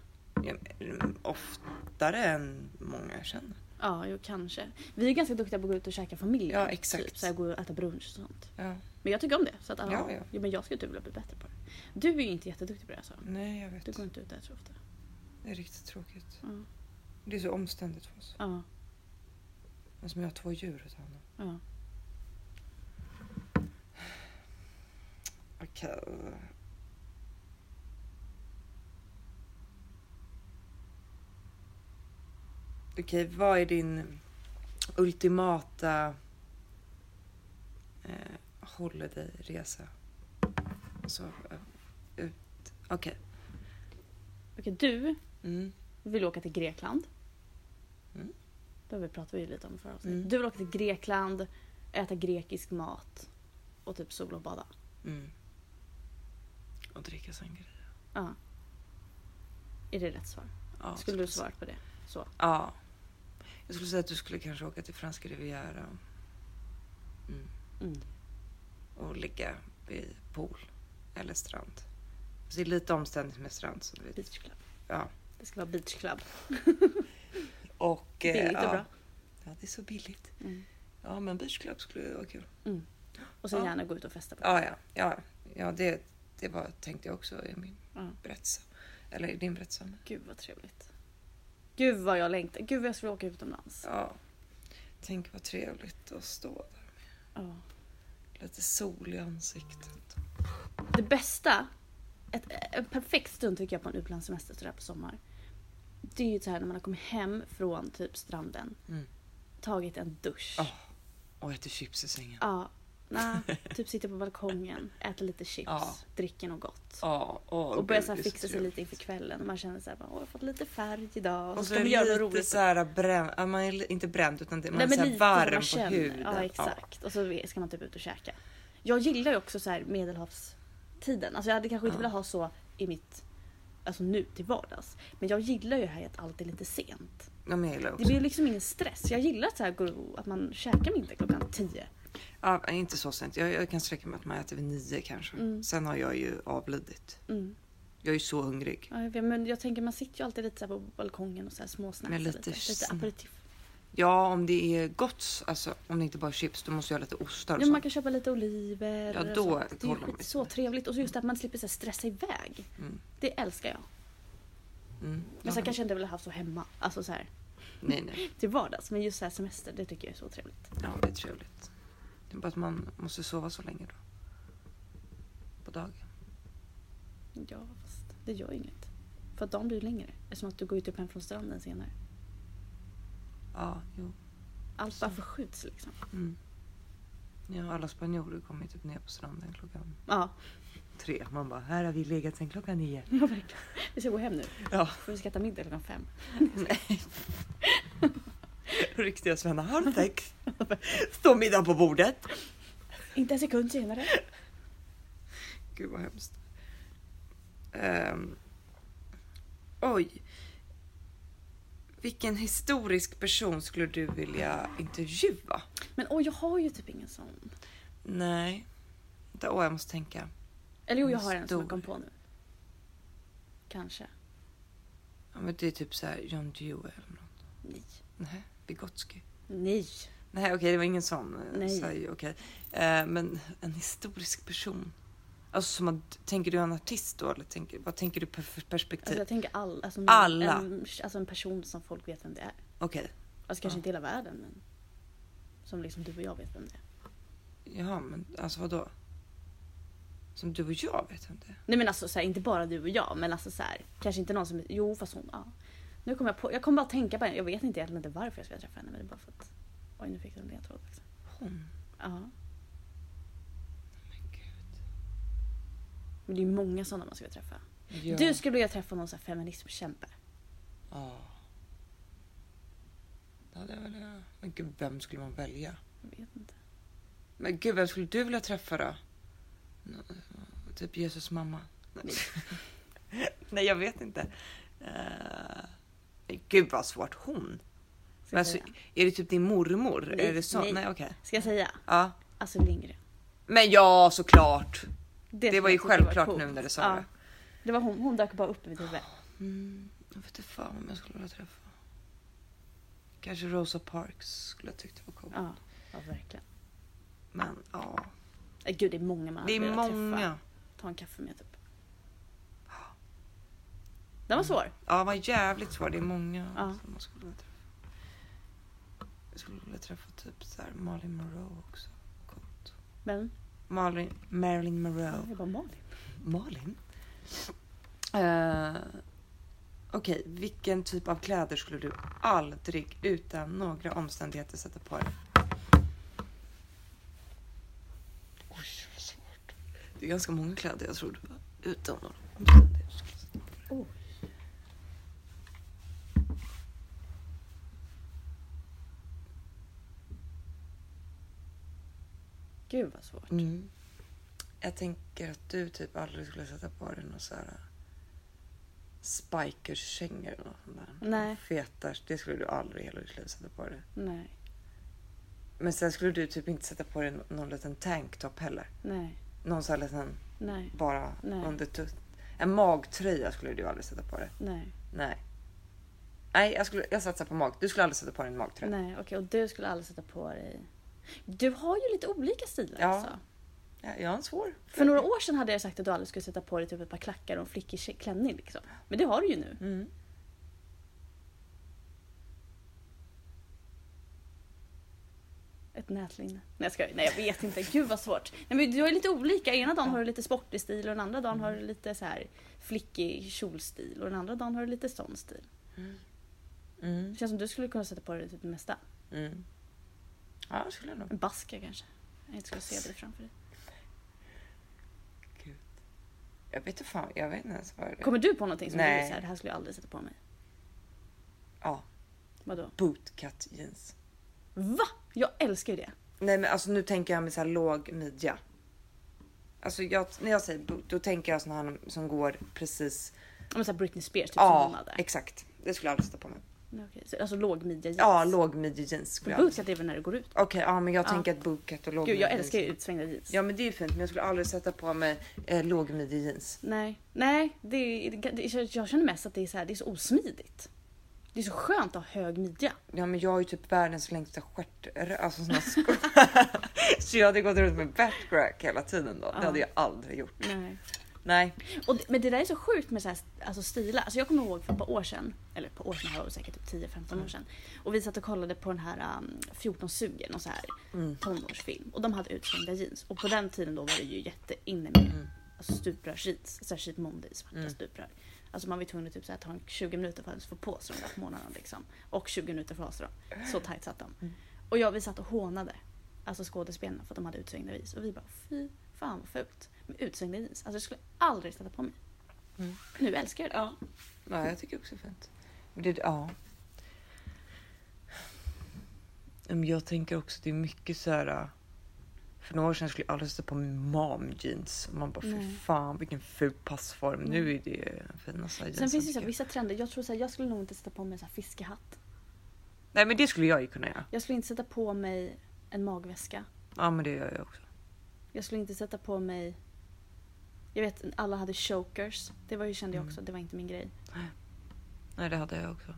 Speaker 3: Ja, men, Oftare än många jag känner.
Speaker 2: Ja, jo, kanske. Vi är ganska duktiga på att gå ut och käka familj.
Speaker 3: Ja, exakt.
Speaker 2: Typ, så här, gå och äta brunch och sånt.
Speaker 3: Ja,
Speaker 2: Men jag tycker om det. Så att, alla-
Speaker 3: Ja, ja.
Speaker 2: Jo, men jag skulle typ vilja bli bättre på det. Du är ju inte jätteduktig på det. Alltså.
Speaker 3: nej jag vet.
Speaker 2: Du går inte ut och äter så ofta.
Speaker 3: Det är riktigt tråkigt.
Speaker 2: Ja.
Speaker 3: Det är så omständigt för oss.
Speaker 2: Ja,
Speaker 3: Men som jag har två djur att ta hand om.
Speaker 2: ja.
Speaker 3: Okej. Okej, vad är din ultimata eh, holidayresa? Alltså, eh, ut... Okej.
Speaker 2: Okej, du
Speaker 3: Mm.
Speaker 2: vill åka till Grekland.
Speaker 3: Mm.
Speaker 2: Det har vi pratat ju lite om i förra avsnittet.
Speaker 3: Mm.
Speaker 2: Du vill åka till Grekland, äta grekisk mat och typ sola och bada.
Speaker 3: Mm. Och dricka sangria.
Speaker 2: Ja. Är det rätt svar?
Speaker 3: Ja, typ
Speaker 2: Skulle du
Speaker 3: jag
Speaker 2: svara på det? Så.
Speaker 3: Ja. Jag skulle säga att du skulle kanske åka till franska rivieran
Speaker 2: Mm.
Speaker 3: och ligga vid pool eller strand. Så det är lite omständigt med strand. Så du vet.
Speaker 2: Beach club.
Speaker 3: Ja.
Speaker 2: Det ska vara beach club.
Speaker 3: Och, eh,
Speaker 2: Billigt och
Speaker 3: ja.
Speaker 2: bra.
Speaker 3: Ja, det är så billigt.
Speaker 2: Mm.
Speaker 3: Ja, men beach club skulle vara kul.
Speaker 2: Och så
Speaker 3: Ja.
Speaker 2: gärna gå ut och festa på
Speaker 3: Ja, ja, ja, ja det, det var, tänkte jag också i min
Speaker 2: Ja.
Speaker 3: berättelse. Eller i din berättelse.
Speaker 2: Gud vad trevligt. Gud vad jag längtar. Gud vad jag skulle åka utomlands.
Speaker 3: Ja. Tänk vad trevligt att stå där.
Speaker 2: Ja.
Speaker 3: Lite sol i ansiktet.
Speaker 2: Det bästa, ett, en perfekt stund tycker jag på en utlandssemester sådär på sommar. Det är ju så här när man har kommit hem från typ stranden.
Speaker 3: Mm.
Speaker 2: Tagit en dusch.
Speaker 3: Ja. Och äter chips i sängen.
Speaker 2: Ja. Nej, typ sitter på balkongen, äter lite chips,
Speaker 3: Ja.
Speaker 2: dricker något gott.
Speaker 3: Ja, åh,
Speaker 2: och börjar
Speaker 3: gud,
Speaker 2: så här
Speaker 3: det är
Speaker 2: fixa sig
Speaker 3: trevligt.
Speaker 2: lite inför kvällen. Och man känner så här, bara, Åh, jag har fått lite färg idag. Och,
Speaker 3: Och
Speaker 2: så
Speaker 3: så
Speaker 2: ska
Speaker 3: är
Speaker 2: vi göra något
Speaker 3: det lite
Speaker 2: roligt.
Speaker 3: så här bränd, ja, man är li- inte bränd utan det, man är så här
Speaker 2: lite hur
Speaker 3: varm
Speaker 2: man
Speaker 3: på
Speaker 2: känner.
Speaker 3: huden.
Speaker 2: Ja exakt. Och så ska man typ ut och käka. Jag gillar ju också så här medelhavstiden. Alltså jag hade kanske inte
Speaker 3: Ja.
Speaker 2: velat ha så i mitt, alltså nu till vardags. Men jag gillar ju här att allt är lite sent.
Speaker 3: Ja, men jag gillar också.
Speaker 2: Det blir liksom ingen stress. Jag gillar att, så här, gå- att man käkar middag klockan 10.
Speaker 3: Ja, inte så sent. Jag, jag kan sträcka mig att man äter vid nio kanske. Sen har jag ju avlidit.
Speaker 2: Mm.
Speaker 3: Jag är ju så hungrig.
Speaker 2: Ja, jag vet, men jag tänker man sitter ju alltid lite så här på balkongen och så här småsnackar
Speaker 3: Men
Speaker 2: lite. Lite,
Speaker 3: lite
Speaker 2: lite
Speaker 3: snack.
Speaker 2: aperitif.
Speaker 3: Ja, om det är gott, alltså om det inte bara är chips, då måste jag ha lite ostar och
Speaker 2: Ja, man
Speaker 3: sånt.
Speaker 2: kan köpa lite oliver.
Speaker 3: Ja,
Speaker 2: och
Speaker 3: då
Speaker 2: sånt. det är ju
Speaker 3: håller man
Speaker 2: skit-
Speaker 3: sig
Speaker 2: så trevligt. Och så just att man slipper så här stressa iväg.
Speaker 3: Mm.
Speaker 2: Det älskar jag.
Speaker 3: Mm.
Speaker 2: Men sen
Speaker 3: Ja.
Speaker 2: kanske jag inte vill ha haft så hemma. Alltså så här.
Speaker 3: Nej, nej.
Speaker 2: till vardags. Men just så här semester, det tycker jag är så trevligt.
Speaker 3: Ja, det är trevligt. Det är bara att man måste sova så länge då. På dagen.
Speaker 2: Ja, fast det gör ju inget. För att dagen blir ju längre. Eftersom att du går ju typ hem från stranden senare.
Speaker 3: Ja, jo.
Speaker 2: Allt bara förskjuts liksom.
Speaker 3: Mm. Ja, alla spanjorer kommer ju typ ner på stranden klockan
Speaker 2: Ja,
Speaker 3: tre. Man bara, här har vi legat sen klockan nio.
Speaker 2: ja verkligen. Vi ska gå hem nu.
Speaker 3: Ja.
Speaker 2: För vi ska äta middag klockan fem.
Speaker 3: Nej. Riktiga svennar. Halv sex. Står middag på bordet.
Speaker 2: Inte en sekund senare.
Speaker 3: Gud vad hemskt. Ehm, oj. Vilken historisk person skulle du vilja intervjua?
Speaker 2: Men åh, jag har ju typ ingen sån.
Speaker 3: Nej. Vänta, Åh, jag måste tänka.
Speaker 2: Eller jo, jag
Speaker 3: En
Speaker 2: har en som jag
Speaker 3: stor.
Speaker 2: kom på nu. Kanske.
Speaker 3: Ja, men det är typ så här John Dewey eller något.
Speaker 2: Nej.
Speaker 3: Nej, Vygotsky.
Speaker 2: Nej.
Speaker 3: Nej, okej, det var ingen sån. eh,
Speaker 2: Nej.
Speaker 3: Så, här, okej. Eh, men en historisk person. Alltså, som att, tänker du en artist då? Eller tänker, vad tänker du på för
Speaker 2: Alltså
Speaker 3: perspektiv?
Speaker 2: jag tänker all, alltså, någon-
Speaker 3: Typ. Alla.
Speaker 2: En, alltså en person som folk vet vem det är.
Speaker 3: Okej,
Speaker 2: Alltså kanske
Speaker 3: Ja.
Speaker 2: inte hela världen men. Som liksom du och jag vet vem det är.
Speaker 3: jaha, men alltså vadå? Som du och jag vet vem det är.
Speaker 2: Nej men alltså så här, inte bara du och jag men alltså så här, kanske inte någon som, jo fast hon, ja. Nu kommer jag på, jag kommer bara tänka på henne, jag vet inte egentligen inte varför jag ska träffa henne men det är bara för att, oj nu fick jag en ledtråd också.
Speaker 3: Hon.
Speaker 2: Ja.
Speaker 3: Men gud.
Speaker 2: Men det är ju många sådana man skulle vilja träffa.
Speaker 3: Ja.
Speaker 2: Du skulle vilja träffa någon så här feminismkämpe.
Speaker 3: Ja. Ja, det var det. Men gud, vem skulle man välja?
Speaker 2: Jag vet inte.
Speaker 3: Men gud, vem skulle du vilja träffa då? Nå- Typ Jesus mamma? Nej. Nej, jag vet inte. Eh, men gud vad svårt. Hon?
Speaker 2: Ska
Speaker 3: Men
Speaker 2: jag
Speaker 3: alltså,
Speaker 2: säga?
Speaker 3: är det typ din mormor?
Speaker 2: Nej,
Speaker 3: är det så?
Speaker 2: nej.
Speaker 3: Nej, okej.
Speaker 2: Ska jag säga?
Speaker 3: Ja.
Speaker 2: Alltså Lindgren.
Speaker 3: Men ja, såklart.
Speaker 2: skulle
Speaker 3: Det var ju
Speaker 2: jag tycka
Speaker 3: självklart
Speaker 2: coolt.
Speaker 3: nu när du sa
Speaker 2: ja.
Speaker 3: det.
Speaker 2: Det var hon, hon dök bara upp i mitt huvud.
Speaker 3: Mm, jag vet inte fan om jag skulle vilja träffa. Kanske Rosa Parks skulle jag tyckt var cool.
Speaker 2: Ja, ja verkligen.
Speaker 3: Men ja,
Speaker 2: Äh, Gud det är många man hade
Speaker 3: det är
Speaker 2: velat träffa.
Speaker 3: många.
Speaker 2: Ta en kaffe med typ. Den var svår.
Speaker 3: Ja, vad jävligt svårt. Det är många
Speaker 2: Ja.
Speaker 3: som man skulle vilja träffa. Jag skulle vilja träffa typ så här Marilyn Monroe också. Coolt.
Speaker 2: Men,
Speaker 3: Marilyn, Marilyn
Speaker 2: ja.
Speaker 3: Monroe.
Speaker 2: jag bara Malin.
Speaker 3: Malin? Eh, Okej, vilken typ av kläder skulle du aldrig utan några omständigheter sätta på dig? Oj, vad svårt. Det är ganska många kläder jag tror du var utan några omständigheter. skulle sätta på dig.
Speaker 2: Oh. Gud vad svårt.
Speaker 3: Mm. Jag tänker att du typ aldrig skulle sätta på dig någon så här spikerskängor eller något sånt där.
Speaker 2: Nej.
Speaker 3: Feta, det skulle du aldrig i hela ditt liv sätta på dig.
Speaker 2: Nej,
Speaker 3: Men sen skulle du typ inte sätta på dig nå- någon liten tanktop heller.
Speaker 2: nej,
Speaker 3: Någon sån här liten
Speaker 2: nej,
Speaker 3: bara
Speaker 2: Nej.
Speaker 3: under tutt. En magtröja skulle du aldrig sätta på dig.
Speaker 2: nej.
Speaker 3: Nej. Nej, jag, skulle, jag satsar på mag. Du skulle aldrig sätta på dig en magtröja.
Speaker 2: Nej, okej. och du skulle aldrig sätta på dig... Du har ju lite olika stilar
Speaker 3: Ja.
Speaker 2: alltså.
Speaker 3: Jag, jag har en svår.
Speaker 2: För några år sedan hade jag sagt att du aldrig skulle sätta på dig typ ett par klackar och en flickig tje- klänning. Liksom. Men det har du ju nu.
Speaker 3: Mm.
Speaker 2: Ett nätlinne. Nej jag skojar. Nej jag vet inte. Gud vad svårt. Nej, men du har ju lite olika. Ena dagen har du lite sportig stil och den andra dagen har du lite så här flickig kjolstil och den andra dagen har du lite sån stil.
Speaker 3: Mm.
Speaker 2: Det känns som du skulle kunna sätta på dig typ det mesta.
Speaker 3: Mm. Ja, det skulle jag nog.
Speaker 2: En basker kanske. Jag inte skulle se dig framför dig.
Speaker 3: Gud. Jag vet inte fan, jag vet inte ens vad det är.
Speaker 2: Kommer du på någonting som du är
Speaker 3: Nej.
Speaker 2: så här, det här skulle jag aldrig sätta på mig?
Speaker 3: Ja,
Speaker 2: Vadå?
Speaker 3: bootcut jeans.
Speaker 2: Va? Jag älskar ju det.
Speaker 3: Nej men alltså nu tänker jag med så här låg midja. Alltså jag, när jag säger boot, då tänker jag såna här som går precis.
Speaker 2: Ja, Men så här Britney Spears typ som hon
Speaker 3: ja,
Speaker 2: hade.
Speaker 3: exakt. Det skulle jag aldrig sätta på mig.
Speaker 2: Nej, okej. Så- Alltså låg midja jeans.
Speaker 3: Ja, låg midje jeans skulle jag. aldrig-
Speaker 2: Bootcut är väl när du går ut?
Speaker 3: Okej, ja men jag
Speaker 2: Ja.
Speaker 3: tänker att bootcut och låg
Speaker 2: Gud jag
Speaker 3: midje
Speaker 2: älskar ju
Speaker 3: jeans.
Speaker 2: utsvängda jeans.
Speaker 3: Ja men det är ju fint men jag skulle aldrig sätta på mig eh, låg midje jeans.
Speaker 2: Nej, nej det är, det, jag känner mest att det är så, här, det är så osmidigt. Det är så skönt att ha hög midja.
Speaker 3: Ja men jag har ju typ världens längsta stjärt, alltså såna skor. så jag hade gått runt med back crack hela tiden då. Det
Speaker 2: Ja.
Speaker 3: hade jag aldrig gjort.
Speaker 2: Nej.
Speaker 3: Nej.
Speaker 2: Och, det- men det där är så sjukt med så här, alltså stilar. Alltså jag kommer ihåg för ett par år sedan, eller ett par år sedan har jag säkert typ 10-15
Speaker 3: Mm.
Speaker 2: år sedan. Och vi satt och kollade på den här um, 14 sugen, någon så här
Speaker 3: Mm.
Speaker 2: tonårsfilm. Och de hade utsvängda jeans. Och på den tiden då var det ju jätteinne med
Speaker 3: Mm.
Speaker 2: alltså stuprörsjeans. Särskilt Mondays svarta stuprör. Alltså man var ju tvungen att typ så här, ta en 20 minuter för att ens få på sig dem där på morgonen. Liksom. Och 20 minuter för att ha sig dem. Så tight satt de. Och jag, vi satt och hånade alltså skådespelarna för att de hade utsvängda jeans. Och vi bara fy fan vad fult. Med utsvängda jeans. Alltså jag skulle aldrig sätta på mig.
Speaker 3: Mm.
Speaker 2: Nu älskar jag det. Ja.
Speaker 3: Ja, jag tycker också det är fint. Men det, ja. Ja, Men jag tänker också, det är mycket så här. äh, För några år sedan skulle jag aldrig sätta på mig mom jeans. Och man bara, fy
Speaker 2: Nej. Mm.
Speaker 3: fan vilken ful passform. Nu är det finaste jeansen.
Speaker 2: Sen finns det ju så
Speaker 3: tycker
Speaker 2: här,
Speaker 3: jag.
Speaker 2: vissa trender. Jag tror så här, jag skulle nog inte sätta på mig en så här fiskehatt.
Speaker 3: Nej men det skulle jag ju kunna göra.
Speaker 2: Jag skulle inte sätta på mig en magväska.
Speaker 3: Ja men det gör jag också.
Speaker 2: Jag skulle inte sätta på mig... Jag vet alla hade chokers. Det var ju, kände jag också, det var inte min grej.
Speaker 3: Nej det hade jag också.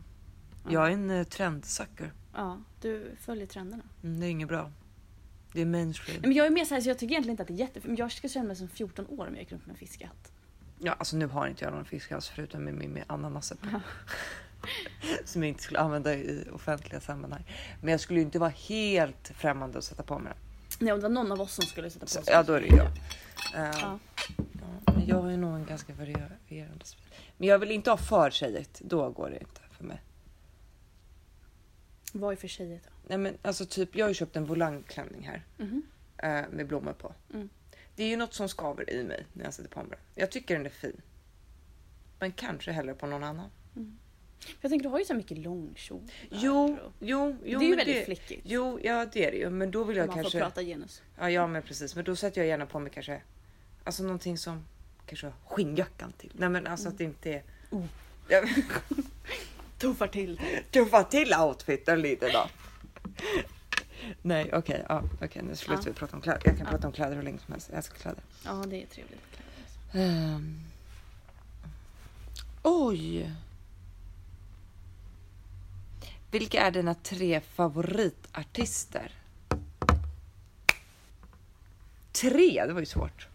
Speaker 2: Ja.
Speaker 3: Jag är en eh, trendsucker.
Speaker 2: Ja, du följer trenderna.
Speaker 3: Mm, det är inget bra. Det är mainstream.
Speaker 2: Men jag är mer så här, så jag tycker egentligen inte att det är jättefult. Men jag skulle känna mig som 14 år om jag gick runt med en fiskehatt.
Speaker 3: Ja, alltså nu har inte jag någon fiskhals förutom med min med ananaser på. Som jag inte skulle använda i offentliga sammanhang. Men jag skulle ju inte vara helt främmande att sätta på mig den.
Speaker 2: Nej, om det var någon av oss som skulle sätta på
Speaker 3: Så,
Speaker 2: sig
Speaker 3: ja, då är det jag. Eh,
Speaker 2: Ja.
Speaker 3: ja, men jag är nog en ganska varierande stil. Men jag vill inte ha för tjejigt. Då går det inte för mig.
Speaker 2: Vad är för tjejer då?
Speaker 3: Nej, men alltså typ, jag har ju köpt en volangklänning här.
Speaker 2: Mhm.
Speaker 3: eh, med blommor på.
Speaker 2: Mm.
Speaker 3: Det är ju något som skaver i mig när jag sätter på mig den. Jag tycker den är fin. Men kanske hellre på någon annan.
Speaker 2: För jag tänker du har ju så här mycket långkjolar.
Speaker 3: Jo,
Speaker 2: och-
Speaker 3: jo,
Speaker 2: det
Speaker 3: jo.
Speaker 2: är ju
Speaker 3: men
Speaker 2: väldigt flickigt.
Speaker 3: Jo, ja det är det ju. Men då vill
Speaker 2: om
Speaker 3: jag
Speaker 2: man
Speaker 3: kanske...
Speaker 2: får prata genus.
Speaker 3: Ja, ja men precis. Men då sätter jag gärna på mig kanske... Alltså någonting som... Kanske skinnjackan till. Nej men alltså att det inte är...
Speaker 2: Oh.
Speaker 3: Ja,
Speaker 2: Tuffar till dig.
Speaker 3: Tuffa till outfiten lite då. Nej okej, ja, okej nu slutar
Speaker 2: Ja.
Speaker 3: vi prata om kläder. Jag kan
Speaker 2: Ja.
Speaker 3: prata om kläder hur länge som helst. Jag älskar kläder.
Speaker 2: Ja, det är trevligt. med kläder, alltså.
Speaker 3: Ehm. Oj! Vilka är dina tre favoritartister? Tre? Det var ju svårt.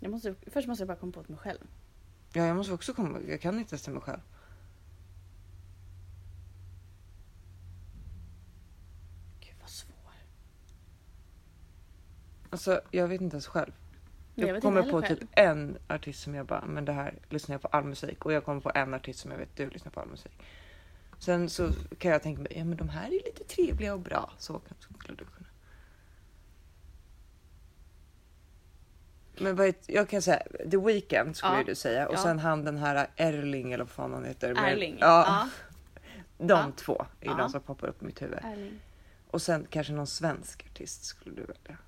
Speaker 2: Jag måste, först måste jag bara komma på det mig själv.
Speaker 3: Ja, jag måste också komma Jag kan inte ens till mig själv.
Speaker 2: Gud vad svår.
Speaker 3: Alltså, jag vet inte ens själv.
Speaker 2: Nej,
Speaker 3: Jag,
Speaker 2: vet
Speaker 3: kommer
Speaker 2: inte
Speaker 3: på
Speaker 2: heller själv.
Speaker 3: typ en artist som jag bara, men det här lyssnar jag på all musik. Och jag kommer på en artist som jag vet, du lyssnar på all musik. Sen så kan jag tänka mig, ja men de här är ju lite trevliga och bra. Så kan- skulle du kunna. Men vad heter- jag kan säga, The Weeknd skulle
Speaker 2: Ja.
Speaker 3: ju du säga. Och
Speaker 2: Ja.
Speaker 3: sen han den här Erling eller vad fan han heter. med-
Speaker 2: Erling.
Speaker 3: Ja,
Speaker 2: Ja.
Speaker 3: de
Speaker 2: Ja.
Speaker 3: två är
Speaker 2: Ja.
Speaker 3: de som poppar upp i mitt huvud.
Speaker 2: Erling.
Speaker 3: Och sen kanske någon svensk artist skulle du välja.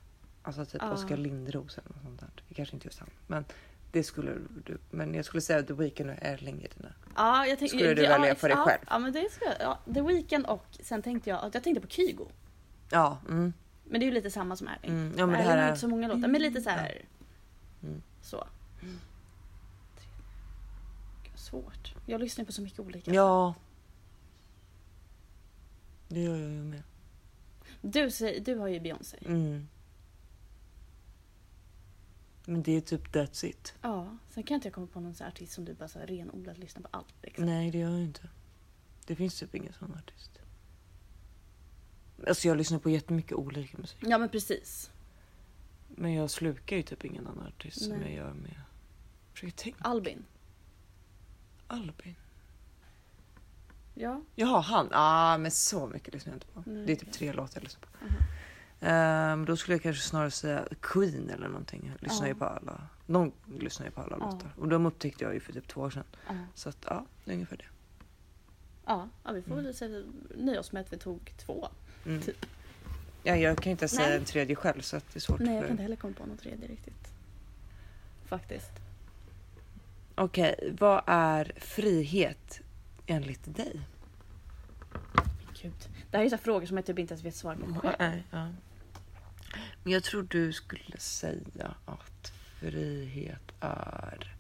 Speaker 3: Alltså typ
Speaker 2: Ja.
Speaker 3: Oskar Lindros eller något sånt där. Det kanske inte just han. Men det skulle du. Men jag skulle säga The Weeknd och Erling i dina.
Speaker 2: Ja, jag tänk,
Speaker 3: Skulle du
Speaker 2: ja,
Speaker 3: välja
Speaker 2: ex-
Speaker 3: för dig
Speaker 2: ja,
Speaker 3: själv?
Speaker 2: Ja, men det ska jag. Ja, The Weeknd och sen tänkte jag, jag tänkte på Kygo.
Speaker 3: Ja, mm,
Speaker 2: Men det är ju lite samma som Erling.
Speaker 3: mm. ja men det
Speaker 2: Erling
Speaker 3: här
Speaker 2: har
Speaker 3: är.
Speaker 2: inte så många låtar, men lite så här.
Speaker 3: Mm.
Speaker 2: Så. Gud, vad svårt. Jag lyssnar på så mycket olika.
Speaker 3: Ja, Det gör jag ju med.
Speaker 2: Du, säger, du har ju Beyoncé.
Speaker 3: Mm. Men det är typ that's it.
Speaker 2: Ja, sen kan inte jag komma på någon så här artist som du bara så här renodlat lyssnar på allt. Liksom.
Speaker 3: Nej, det gör jag inte. Det finns typ ingen sån artist. Alltså jag lyssnar på jättemycket olika musik.
Speaker 2: Ja men precis.
Speaker 3: Men jag slukar ju typ ingen annan artist som
Speaker 2: Nej.
Speaker 3: jag gör med... Försöker tänka.
Speaker 2: Albin.
Speaker 3: Albin.
Speaker 2: Ja.
Speaker 3: Jaha, han. Ah, men så mycket lyssnar jag inte på.
Speaker 2: Nej,
Speaker 3: det är typ
Speaker 2: okej.
Speaker 3: tre låtar jag lyssnar på.
Speaker 2: Aha.
Speaker 3: Ehm, då skulle jag kanske snarare säga Queen eller någonting. Jag lyssnar ju
Speaker 2: Ja.
Speaker 3: på alla. De lyssnar ju på alla
Speaker 2: Ja.
Speaker 3: låtar. Och de upptäckte jag ju för typ två år sedan.
Speaker 2: Ja,
Speaker 3: Så att ja, det är ungefär det.
Speaker 2: ja, ja vi får väl säga, nöja oss med att vi tog två.
Speaker 3: Mm.
Speaker 2: Typ.
Speaker 3: Ja, jag kan inte säga
Speaker 2: Nej.
Speaker 3: en tredje själv så att det är svårt.
Speaker 2: Nej jag
Speaker 3: för-
Speaker 2: kan inte heller komma på något tredje riktigt. Faktiskt.
Speaker 3: Okej, vad är frihet enligt dig?
Speaker 2: Gud. Det här är så här frågor som jag typ inte ens vet svar på själv.
Speaker 3: Nej, ja. Men jag tror du skulle säga att frihet är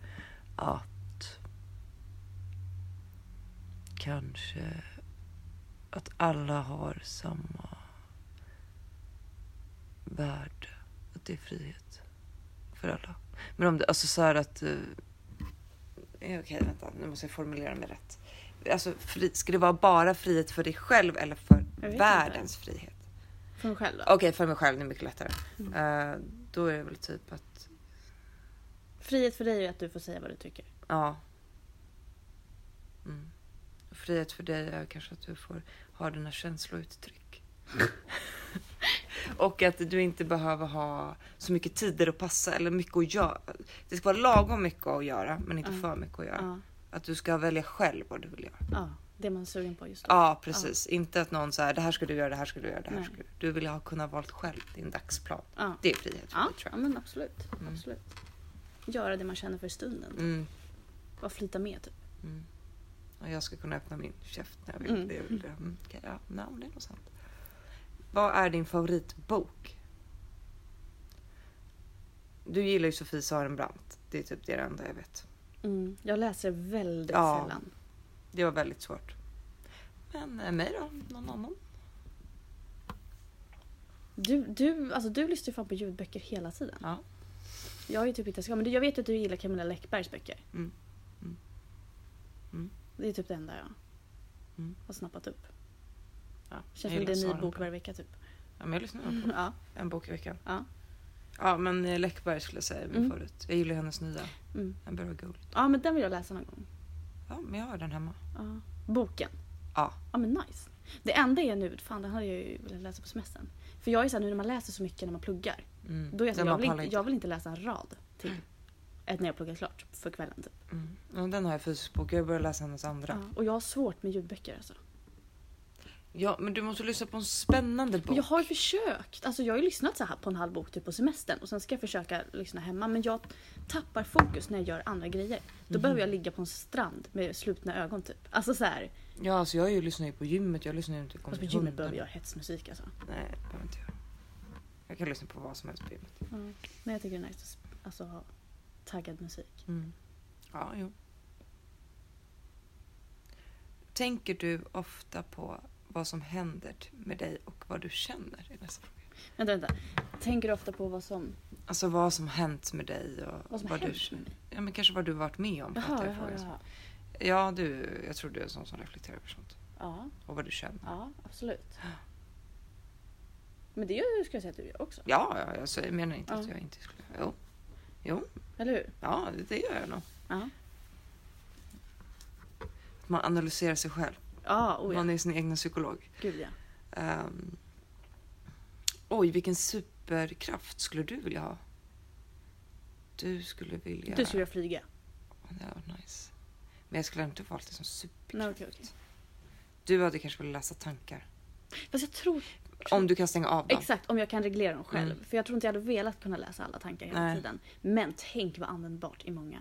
Speaker 3: att kanske att alla har samma värde. Att det är frihet för alla. Men om det, alltså så här att... eh, eh, Okej, vänta. Nu måste jag formulera mig rätt. Alltså, fri, ska det vara bara frihet för dig själv eller för
Speaker 2: vet inte.
Speaker 3: världens frihet?
Speaker 2: För mig själv då.
Speaker 3: Okej, för mig själv det är mycket lättare.
Speaker 2: Mm.
Speaker 3: Eh, då är det väl typ att,
Speaker 2: Frihet för dig är att du får säga vad du tycker.
Speaker 3: ja. Mm. Frihet för dig är kanske att du får ha dina känslouttryck. och att du inte behöver ha så mycket tider att passa eller mycket att göra. Det ska vara lagom mycket att göra men inte
Speaker 2: Ja.
Speaker 3: för mycket att göra.
Speaker 2: Mm. Ja.
Speaker 3: Att du ska välja själv vad du vill göra.
Speaker 2: ja. Det man är sugen på just då.
Speaker 3: Ja precis, inte att någon säger det här ska du göra, det här ska du göra, det här
Speaker 2: Nej.
Speaker 3: ska du göra. Du vill ha kunnat valt själv din dagsplan.
Speaker 2: Ja.
Speaker 3: Det är frihet för
Speaker 2: Ja,
Speaker 3: dig tror
Speaker 2: ja
Speaker 3: jag.
Speaker 2: men absolut.
Speaker 3: Mm.
Speaker 2: absolut. Göra det man känner för stunden.
Speaker 3: Mm.
Speaker 2: Bara flyta med typ.
Speaker 3: Och jag ska kunna öppna min käft när jag vill.
Speaker 2: Mm.
Speaker 3: Det är väl det. Mm, okej, ja, nej, men det är nog sant. Vad är din favoritbok? Du gillar ju Sofie Sarenbrant. Det är typ det enda jag vet.
Speaker 2: Mm. Jag läser väldigt
Speaker 3: Ja.
Speaker 2: sällan.
Speaker 3: Det var väldigt svårt. Men eh, mig då? Någon annan?
Speaker 2: Du, du, alltså, du lyssnar ju fan på ljudböcker hela tiden.
Speaker 3: Ja.
Speaker 2: Jag är ju typ inte så men du- jag vet ju att du gillar Camilla Läckbergs böcker.
Speaker 3: Mm. Mm. Mm.
Speaker 2: Det är typ det enda jag
Speaker 3: Mm.
Speaker 2: har snappat upp.
Speaker 3: Ja, jag
Speaker 2: Känns som
Speaker 3: gillar
Speaker 2: det är en ny
Speaker 3: Sarenbrant.
Speaker 2: bok varje vecka typ.
Speaker 3: Ja, men jag lyssnar nog på
Speaker 2: Ja.
Speaker 3: en bok i veckan.
Speaker 2: Ja.
Speaker 3: Ja, men eh, Läckberg skulle jag säga är min
Speaker 2: Mm.
Speaker 3: favorit. Jag gillar hennes nya.
Speaker 2: Mm.
Speaker 3: En berg av guld.
Speaker 2: ja men den vill jag läsa någon gång.
Speaker 3: Ja, men jag har den hemma.
Speaker 2: Ja. Boken.
Speaker 3: Ja.
Speaker 2: Ja men nice. Det enda är nu, fan den hade jag ju velat läsa på semestern. För jag är såhär nu när man läser så mycket när man pluggar.
Speaker 3: Mm.
Speaker 2: Då är jag, så,
Speaker 3: Den
Speaker 2: jag,
Speaker 3: man
Speaker 2: vill
Speaker 3: pallar
Speaker 2: inte, jag vill inte läsa en rad till. Än när jag pluggar klart för kvällen typ.
Speaker 3: Mm. Ja, Den har jag i fysisk bok. Jag börjar läsa hennes andra.
Speaker 2: Ja. Och jag har svårt med ljudböcker alltså.
Speaker 3: Ja, men du måste lyssna på en spännande bok.
Speaker 2: Men jag har ju försökt. Alltså jag har ju lyssnat så här på en halv bok typ på semestern och sen ska jag försöka lyssna hemma men jag tappar fokus när jag gör andra grejer. Då
Speaker 3: Mhm.
Speaker 2: behöver jag ligga på en strand med slutna ögon typ. Alltså så här.
Speaker 3: Ja, alltså jag är ju- lyssnar ju på gymmet. Jag lyssnar ju inte på
Speaker 2: Alltså på
Speaker 3: konsumtionen.
Speaker 2: gymmet behöver jag hetsmusik alltså.
Speaker 3: Nej, det behöver inte jag. Jag kan lyssna på vad som helst på gymmet.
Speaker 2: Men jag tycker det är nice att sp- alltså, ha taggad musik.
Speaker 3: Ja, jo. Tänker du ofta på vad som händer t- med dig och vad du känner? i nästa fråga?
Speaker 2: Vänta vänta. Tänker du ofta på vad som...
Speaker 3: Alltså vad som hänt med dig och
Speaker 2: Vad som
Speaker 3: du
Speaker 2: hänt med
Speaker 3: känner. Ja, men kanske vad du varit med om. fattar
Speaker 2: Jaha,
Speaker 3: liksom.
Speaker 2: jaha,
Speaker 3: jag frågan som.
Speaker 2: jaha.
Speaker 3: Ja, du, jag tror du är en sån som reflekterar över sånt.
Speaker 2: Ja,
Speaker 3: Och vad du känner.
Speaker 2: ja absolut. Men det gör- skulle jag säga att du gör också.
Speaker 3: Ja, ja alltså, jag menar inte att
Speaker 2: Ja.
Speaker 3: jag inte skulle... Jo, jo
Speaker 2: Eller hur?
Speaker 3: ja, det gör jag nog.
Speaker 2: Ja.
Speaker 3: Man analyserar sig själv.
Speaker 2: Ja, oh ja.
Speaker 3: Man är sin egen psykolog.
Speaker 2: Gud ja.
Speaker 3: Ehm, oj, vilken superkraft skulle du vilja ha? Du skulle vilja...
Speaker 2: Du skulle jag flyga.
Speaker 3: Det var nice. Men jag skulle inte valt det som superkraft.
Speaker 2: Nej, okej, okej.
Speaker 3: Du hade kanske velat läsa tankar.
Speaker 2: Fast jag tror
Speaker 3: Om du kan stänga av dem.
Speaker 2: Exakt, om jag kan reglera dem själv.
Speaker 3: Mm.
Speaker 2: För jag tror inte jag hade velat kunna läsa alla tankar hela
Speaker 3: Nej.
Speaker 2: tiden. Men tänk vad användbart i många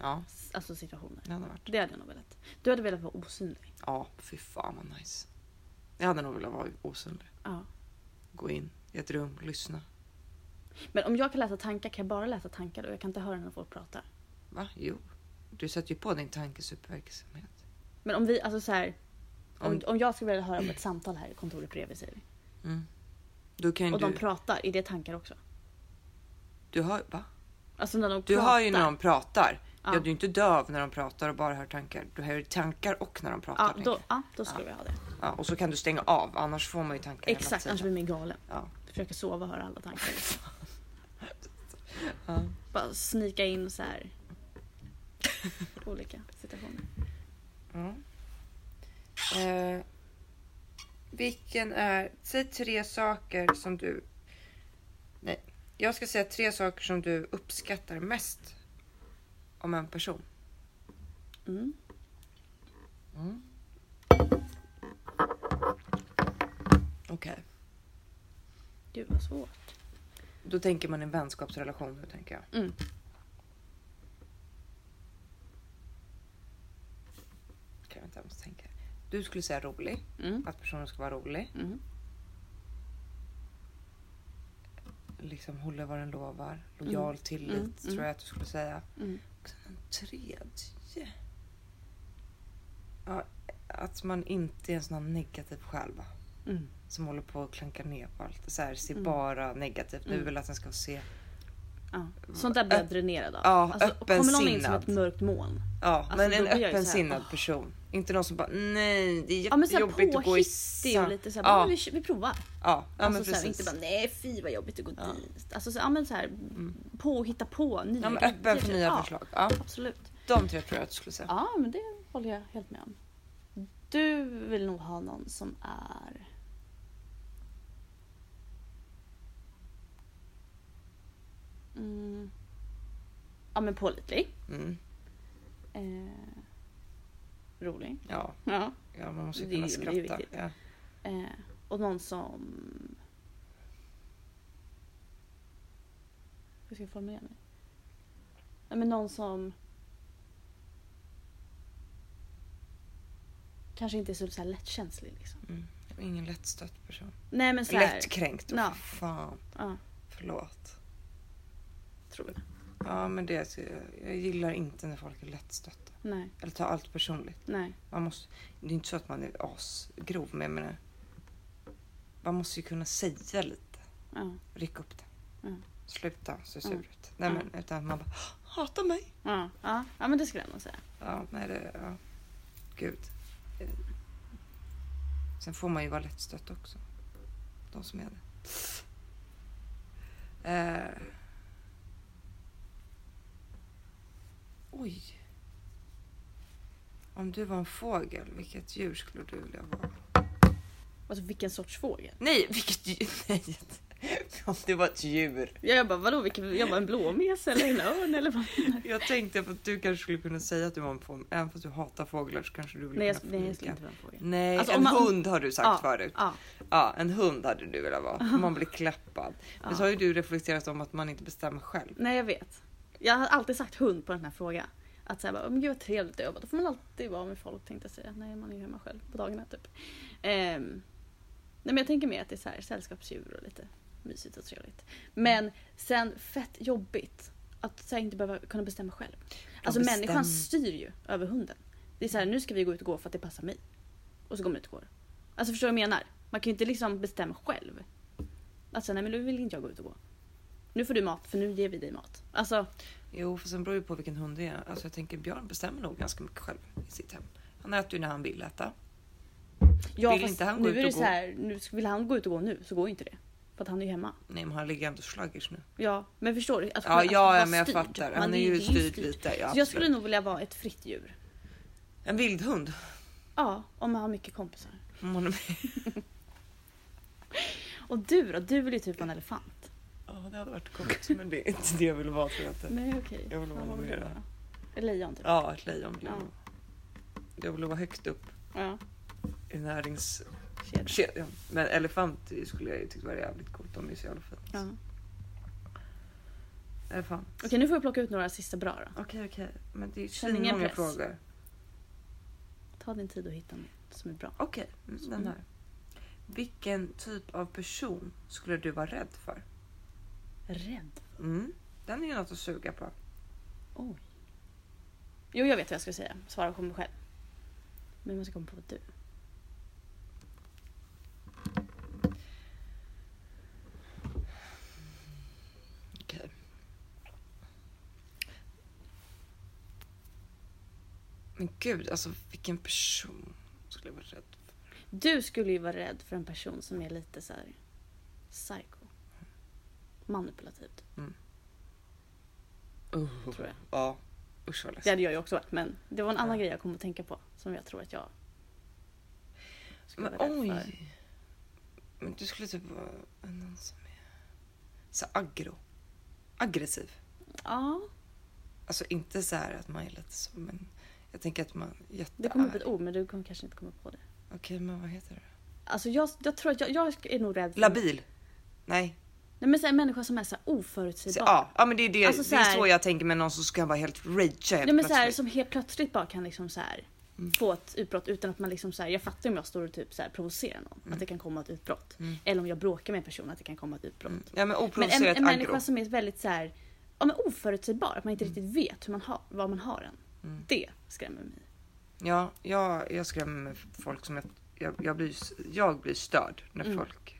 Speaker 3: Ja,
Speaker 2: s- alltså, situationer.
Speaker 3: det hade varit.
Speaker 2: Det hade jag nog velat. Du hade velat vara osynlig.
Speaker 3: Ja, fy fan vad nice. Jag hade nog velat vara osynlig.
Speaker 2: Ja.
Speaker 3: Gå in i ett rum, lyssna.
Speaker 2: Men om jag kan läsa tankar kan jag bara läsa tankar och jag kan inte höra när folk pratar.
Speaker 3: Va? Jo. Du sätter ju på din tankesuperverksamhet.
Speaker 2: Men om vi, alltså så här. Om,
Speaker 3: Om-
Speaker 2: om jag skulle vilja höra om ett samtal här i kontoret bredvid säger vi.
Speaker 3: Då kan ju
Speaker 2: Mm. Och
Speaker 3: du...
Speaker 2: de pratar, är det tankar också?
Speaker 3: Du hör, va?
Speaker 2: Alltså när de
Speaker 3: Du
Speaker 2: pratar.
Speaker 3: hör ju när de pratar.
Speaker 2: Ja.
Speaker 3: Ja. du är inte döv när de pratar och bara hör tankar. Du hör ju tankar och när de pratar.
Speaker 2: Ja,
Speaker 3: tänker
Speaker 2: då,
Speaker 3: jag.
Speaker 2: ja, då skulle vi ha det.
Speaker 3: Ja, och så kan du stänga av, annars får man ju tankar hela
Speaker 2: Exakt, alltså-
Speaker 3: tiden.
Speaker 2: annars blir man galen.
Speaker 3: Ja.
Speaker 2: Försöka sova och höra alla tankar. liksom.
Speaker 3: Ja.
Speaker 2: Bara snika in så här. Olika situationer.
Speaker 3: Mm. Eh, vilken är... Säg tre saker som du... Nej. Jag ska säga tre saker som du uppskattar mest om en person.
Speaker 2: Mm.
Speaker 3: Okej.
Speaker 2: Gud vad svårt.
Speaker 3: Då tänker man en vänskapsrelation nu tänker jag.
Speaker 2: Mm.
Speaker 3: Okej, vänta, jag måste tänka. Du skulle säga rolig.
Speaker 2: Mm.
Speaker 3: Att personen ska vara rolig.
Speaker 2: Mm.
Speaker 3: Liksom håller vad den lovar. Lojal tillit
Speaker 2: Mm,
Speaker 3: tror jag att du skulle säga.
Speaker 2: Mm.
Speaker 3: Och sen en tredje. Ja, att man inte är en sån här negativ själ va?
Speaker 2: Mm.
Speaker 3: Som håller på att klanka ner på allt. Så här, ser
Speaker 2: Mm.
Speaker 3: bara negativt. Nu
Speaker 2: Mm.
Speaker 3: vill jag att den ska se.
Speaker 2: Ja. Sånt där blir jag dränerad av.
Speaker 3: Ja,
Speaker 2: Alltså, kommer någon in som
Speaker 3: öppensinnad.
Speaker 2: ett mörkt moln.
Speaker 3: Ja, men
Speaker 2: då
Speaker 3: en
Speaker 2: blir jag Alltså, ju så här,
Speaker 3: öppensinnad
Speaker 2: "Åh."
Speaker 3: person. Inte någon som bara nej, det är
Speaker 2: Ja men såhär
Speaker 3: jättejobbigt att gå i
Speaker 2: påhittig och
Speaker 3: sam-"
Speaker 2: lite såhär,
Speaker 3: Ja.
Speaker 2: ja. vi, vi provar.
Speaker 3: Ja, ja men
Speaker 2: alltså,
Speaker 3: precis.
Speaker 2: såhär, inte bara nej fy vad jobbigt att gå
Speaker 3: Ja. Mm.
Speaker 2: dit. Alltså så, ja, men såhär, på, hitta på nya
Speaker 3: ja, men
Speaker 2: grejer,
Speaker 3: öppen för
Speaker 2: typ.
Speaker 3: nya
Speaker 2: ja,
Speaker 3: förslag. Ja,
Speaker 2: Absolut.
Speaker 3: de tre tror jag att du skulle säga.
Speaker 2: Ja men det håller jag helt med om. Du vill nog ha någon som är... Mm. Ja men pålitlig.
Speaker 3: Mm.
Speaker 2: Eh, rolig.
Speaker 3: Ja,
Speaker 2: Ja.
Speaker 3: ja, man måste ju
Speaker 2: Det är
Speaker 3: kunna
Speaker 2: ju- det är ju
Speaker 3: skratta.
Speaker 2: viktigt.
Speaker 3: Ja.
Speaker 2: Eh, och någon som... Hur ska jag formulera mig? Nej, men någon som... Kanske inte är så, så här lättkänslig. Liksom.
Speaker 3: Ingen lättstött person.
Speaker 2: Nej men så här,
Speaker 3: Lättkränkt.
Speaker 2: Ja.
Speaker 3: Ja. Fan,
Speaker 2: Ja,
Speaker 3: förlåt.
Speaker 2: tror jag.
Speaker 3: Ja, men det, så jag- jag gillar inte när folk är lättstötta.
Speaker 2: Nej,
Speaker 3: Eller tar allt personligt.
Speaker 2: nej.
Speaker 3: Man måste, det är inte så att man är asgrov, men jag menar, man måste ju kunna säga lite.
Speaker 2: Ja,
Speaker 3: Ryck upp det.
Speaker 2: Mm.
Speaker 3: Sluta se sur
Speaker 2: Mm.
Speaker 3: ut. Nej,
Speaker 2: Mm.
Speaker 3: men, utan man bara hata mig.
Speaker 2: ja, ja. ja men det skulle jag nog säga.
Speaker 3: Ja, nej det... Ja. Gud. Eh. Sen får man ju vara lättstött också. De som är det. Eh. Oj. Om du var en fågel, vilket djur skulle du vilja vara?
Speaker 2: Alltså vilken sorts fågel?
Speaker 3: Nej, vilket djur? Nej. Om du var ett djur.
Speaker 2: Ja, Jag bara vadå, vilken, jag bara en blåmes eller en örn eller vad?
Speaker 3: Jag tänkte på att du kanske skulle kunna säga att du var en fågel. Även fast du hatar fåglar så kanske du vill
Speaker 2: Nej jag,
Speaker 3: kunna
Speaker 2: nej, jag skulle
Speaker 3: förneka.
Speaker 2: inte vara en fågel.
Speaker 3: Nej,
Speaker 2: Alltså, om
Speaker 3: en
Speaker 2: man- om-
Speaker 3: hund har du sagt
Speaker 2: Ja,
Speaker 3: förut.
Speaker 2: Ja,
Speaker 3: Ja, en hund hade du velat vara. Man blir klappad. Men
Speaker 2: Ja.
Speaker 3: så har ju du reflekterat om att man inte bestämmer själv.
Speaker 2: Nej jag vet. Jag har alltid sagt hund på den här frågan. Att såhär bara, men gud vad trevligt det är. Jag bara, Då får man alltid vara med folk tänkte jag säga. Nej man är ju hemma själv på dagarna typ. Ehm, nej men jag tänker mer att det är så här, sällskapsdjur och lite mysigt och trevligt. Men sen fett jobbigt att så här, inte behöva kunna bestämma själv. Alltså
Speaker 3: bestäm-
Speaker 2: människan styr ju över hunden. Det är så här, nu ska vi gå ut och gå för att det passar mig. Och så går man ut och går. Alltså förstår du vad jag menar? Man kan ju inte liksom bestämma själv. Alltså nej men nu vill inte jag gå ut och gå. Nu får du mat för nu ger vi dig mat. Alltså,
Speaker 3: Jo, för sen beror det ju på vilken hund det är. Alltså jag tänker Björn bestämmer nog ganska mycket själv i sitt hem. Han äter ju när han vill äta.
Speaker 2: ja,
Speaker 3: Vill
Speaker 2: fast
Speaker 3: inte han gå
Speaker 2: nu
Speaker 3: ut
Speaker 2: är
Speaker 3: och
Speaker 2: det
Speaker 3: gå?
Speaker 2: så här, nu vill han gå ut och gå nu så går ju inte det. För att han är ju hemma.
Speaker 3: Nej, men han ligger ändå slagish nu.
Speaker 2: Ja, men förstår du? Att
Speaker 3: Ja,
Speaker 2: att
Speaker 3: ja,
Speaker 2: vara
Speaker 3: ja men jag
Speaker 2: styrd.
Speaker 3: fattar.
Speaker 2: Man
Speaker 3: Han är ju
Speaker 2: det
Speaker 3: styrd lite. Ja,
Speaker 2: Så jag
Speaker 3: absolut.
Speaker 2: skulle nog vilja vara ett fritt djur.
Speaker 3: En vildhund.
Speaker 2: Ja, om man har mycket kompisar.
Speaker 3: Om man är med.
Speaker 2: Och du då? Du vill ju typ vara en elefant.
Speaker 3: Ja, det hade varit coolt. Men det är inte det jag vill vara tror jag inte.
Speaker 2: Nej okej.
Speaker 3: Jag vill vara
Speaker 2: Vad
Speaker 3: något
Speaker 2: vill du
Speaker 3: mer.
Speaker 2: vara? Ett lejon typ.
Speaker 3: Ja, ett lejon vill jag
Speaker 2: Ja.
Speaker 3: vara. Jag vill vara högt upp
Speaker 2: Ja.
Speaker 3: i närings...
Speaker 2: kedja.
Speaker 3: Kedjan. Men elefant skulle jag ju tycka var jävligt coolt. De är ju så jävla fina.
Speaker 2: Ja.
Speaker 3: Elefant.
Speaker 2: Okej nu får jag plocka ut några sista bra då.
Speaker 3: Okej, okej. Men det är
Speaker 2: Känn ingen
Speaker 3: svinmånga
Speaker 2: press.
Speaker 3: frågor.
Speaker 2: Ta din tid och hitta något som är bra.
Speaker 3: Okej, mm, den här. Vilken typ av person skulle du vara rädd för?
Speaker 2: Rädd.
Speaker 3: Mm. Den är ju något att suga på.
Speaker 2: Oj. Jo jag vet vad jag ska säga. Svara på mig själv. Men man ska komma på vad du.
Speaker 3: Men gud, alltså vilken person skulle jag vara rädd för?
Speaker 2: Du skulle ju vara rädd för en person som är lite så här psycho. Manipulativ. typ,
Speaker 3: Uh,
Speaker 2: Tror jag.
Speaker 3: Ja, usch vad
Speaker 2: Det
Speaker 3: läskigt.
Speaker 2: hade jag ju också varit men det var en annan grej jag kom att tänka på som jag tror att jag skulle
Speaker 3: Men
Speaker 2: vara rädd för.
Speaker 3: oj! Men du skulle typ vara en någon som är så aggro. Aggressiv.
Speaker 2: Ja,
Speaker 3: Alltså inte så här att man är lite så men jag tänker att man är jätte...
Speaker 2: det kommer upp ett ord men du kommer kanske inte komma på det.
Speaker 3: Okej men vad heter det?
Speaker 2: Alltså jag, jag tror att jag, jag är nog rädd för...
Speaker 3: Labil? Nej.
Speaker 2: Nej men så här, en människa som är så här
Speaker 3: Så,
Speaker 2: oförutsägbar.
Speaker 3: ja, ja men det är, det,
Speaker 2: Alltså,
Speaker 3: det är
Speaker 2: så här-
Speaker 3: så jag tänker med någon som ska vara helt rage helt
Speaker 2: Nej men så här,
Speaker 3: plötsligt. Mm.
Speaker 2: som helt plötsligt bara kan liksom så här få ett utbrott utan att man liksom så här, jag fattar om jag står och typ så här provocerar någon
Speaker 3: Mm.
Speaker 2: att det kan komma ett utbrott. Eller om jag bråkar med en person att det kan komma ett utbrott.
Speaker 3: Mm. Ja men
Speaker 2: Men en,
Speaker 3: oprovocerat
Speaker 2: en
Speaker 3: aggro. Mm.
Speaker 2: människa som är väldigt så här, ja, men oförutsägbar, att man inte riktigt vet hur man har, var man har den. Det skrämmer mig.
Speaker 3: Ja, jag, jag skrämmer mig för folk som jag, jag, jag, blir, jag blir störd när
Speaker 2: Mm.
Speaker 3: folk...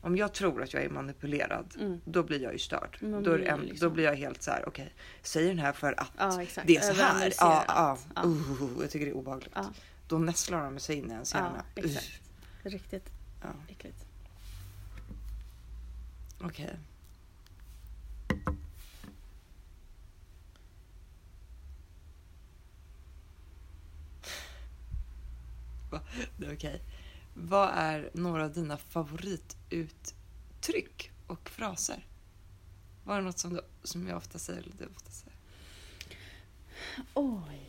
Speaker 3: Om jag tror att jag är manipulerad,
Speaker 2: Mm.
Speaker 3: då blir jag ju störd.
Speaker 2: Man
Speaker 3: Då, är
Speaker 2: blir
Speaker 3: det en,
Speaker 2: ju liksom-
Speaker 3: då blir jag helt så här, okej, säger den här för att
Speaker 2: Ja, exakt.
Speaker 3: det är så här.
Speaker 2: Överanalyserar
Speaker 3: Ja, ja.
Speaker 2: allt. Ja.
Speaker 3: Uh, jag tycker det är obehagligt.
Speaker 2: Ja.
Speaker 3: Då nästlar de sig in i ens
Speaker 2: Ja,
Speaker 3: hjärna. Uh,
Speaker 2: exakt. Riktigt
Speaker 3: Ja.
Speaker 2: äckligt.
Speaker 3: Okej. Va? Det är okej. Vad är några av dina favorituttryck och fraser? Var det något som, du, som jag ofta säger eller du ofta säger?
Speaker 2: Oj.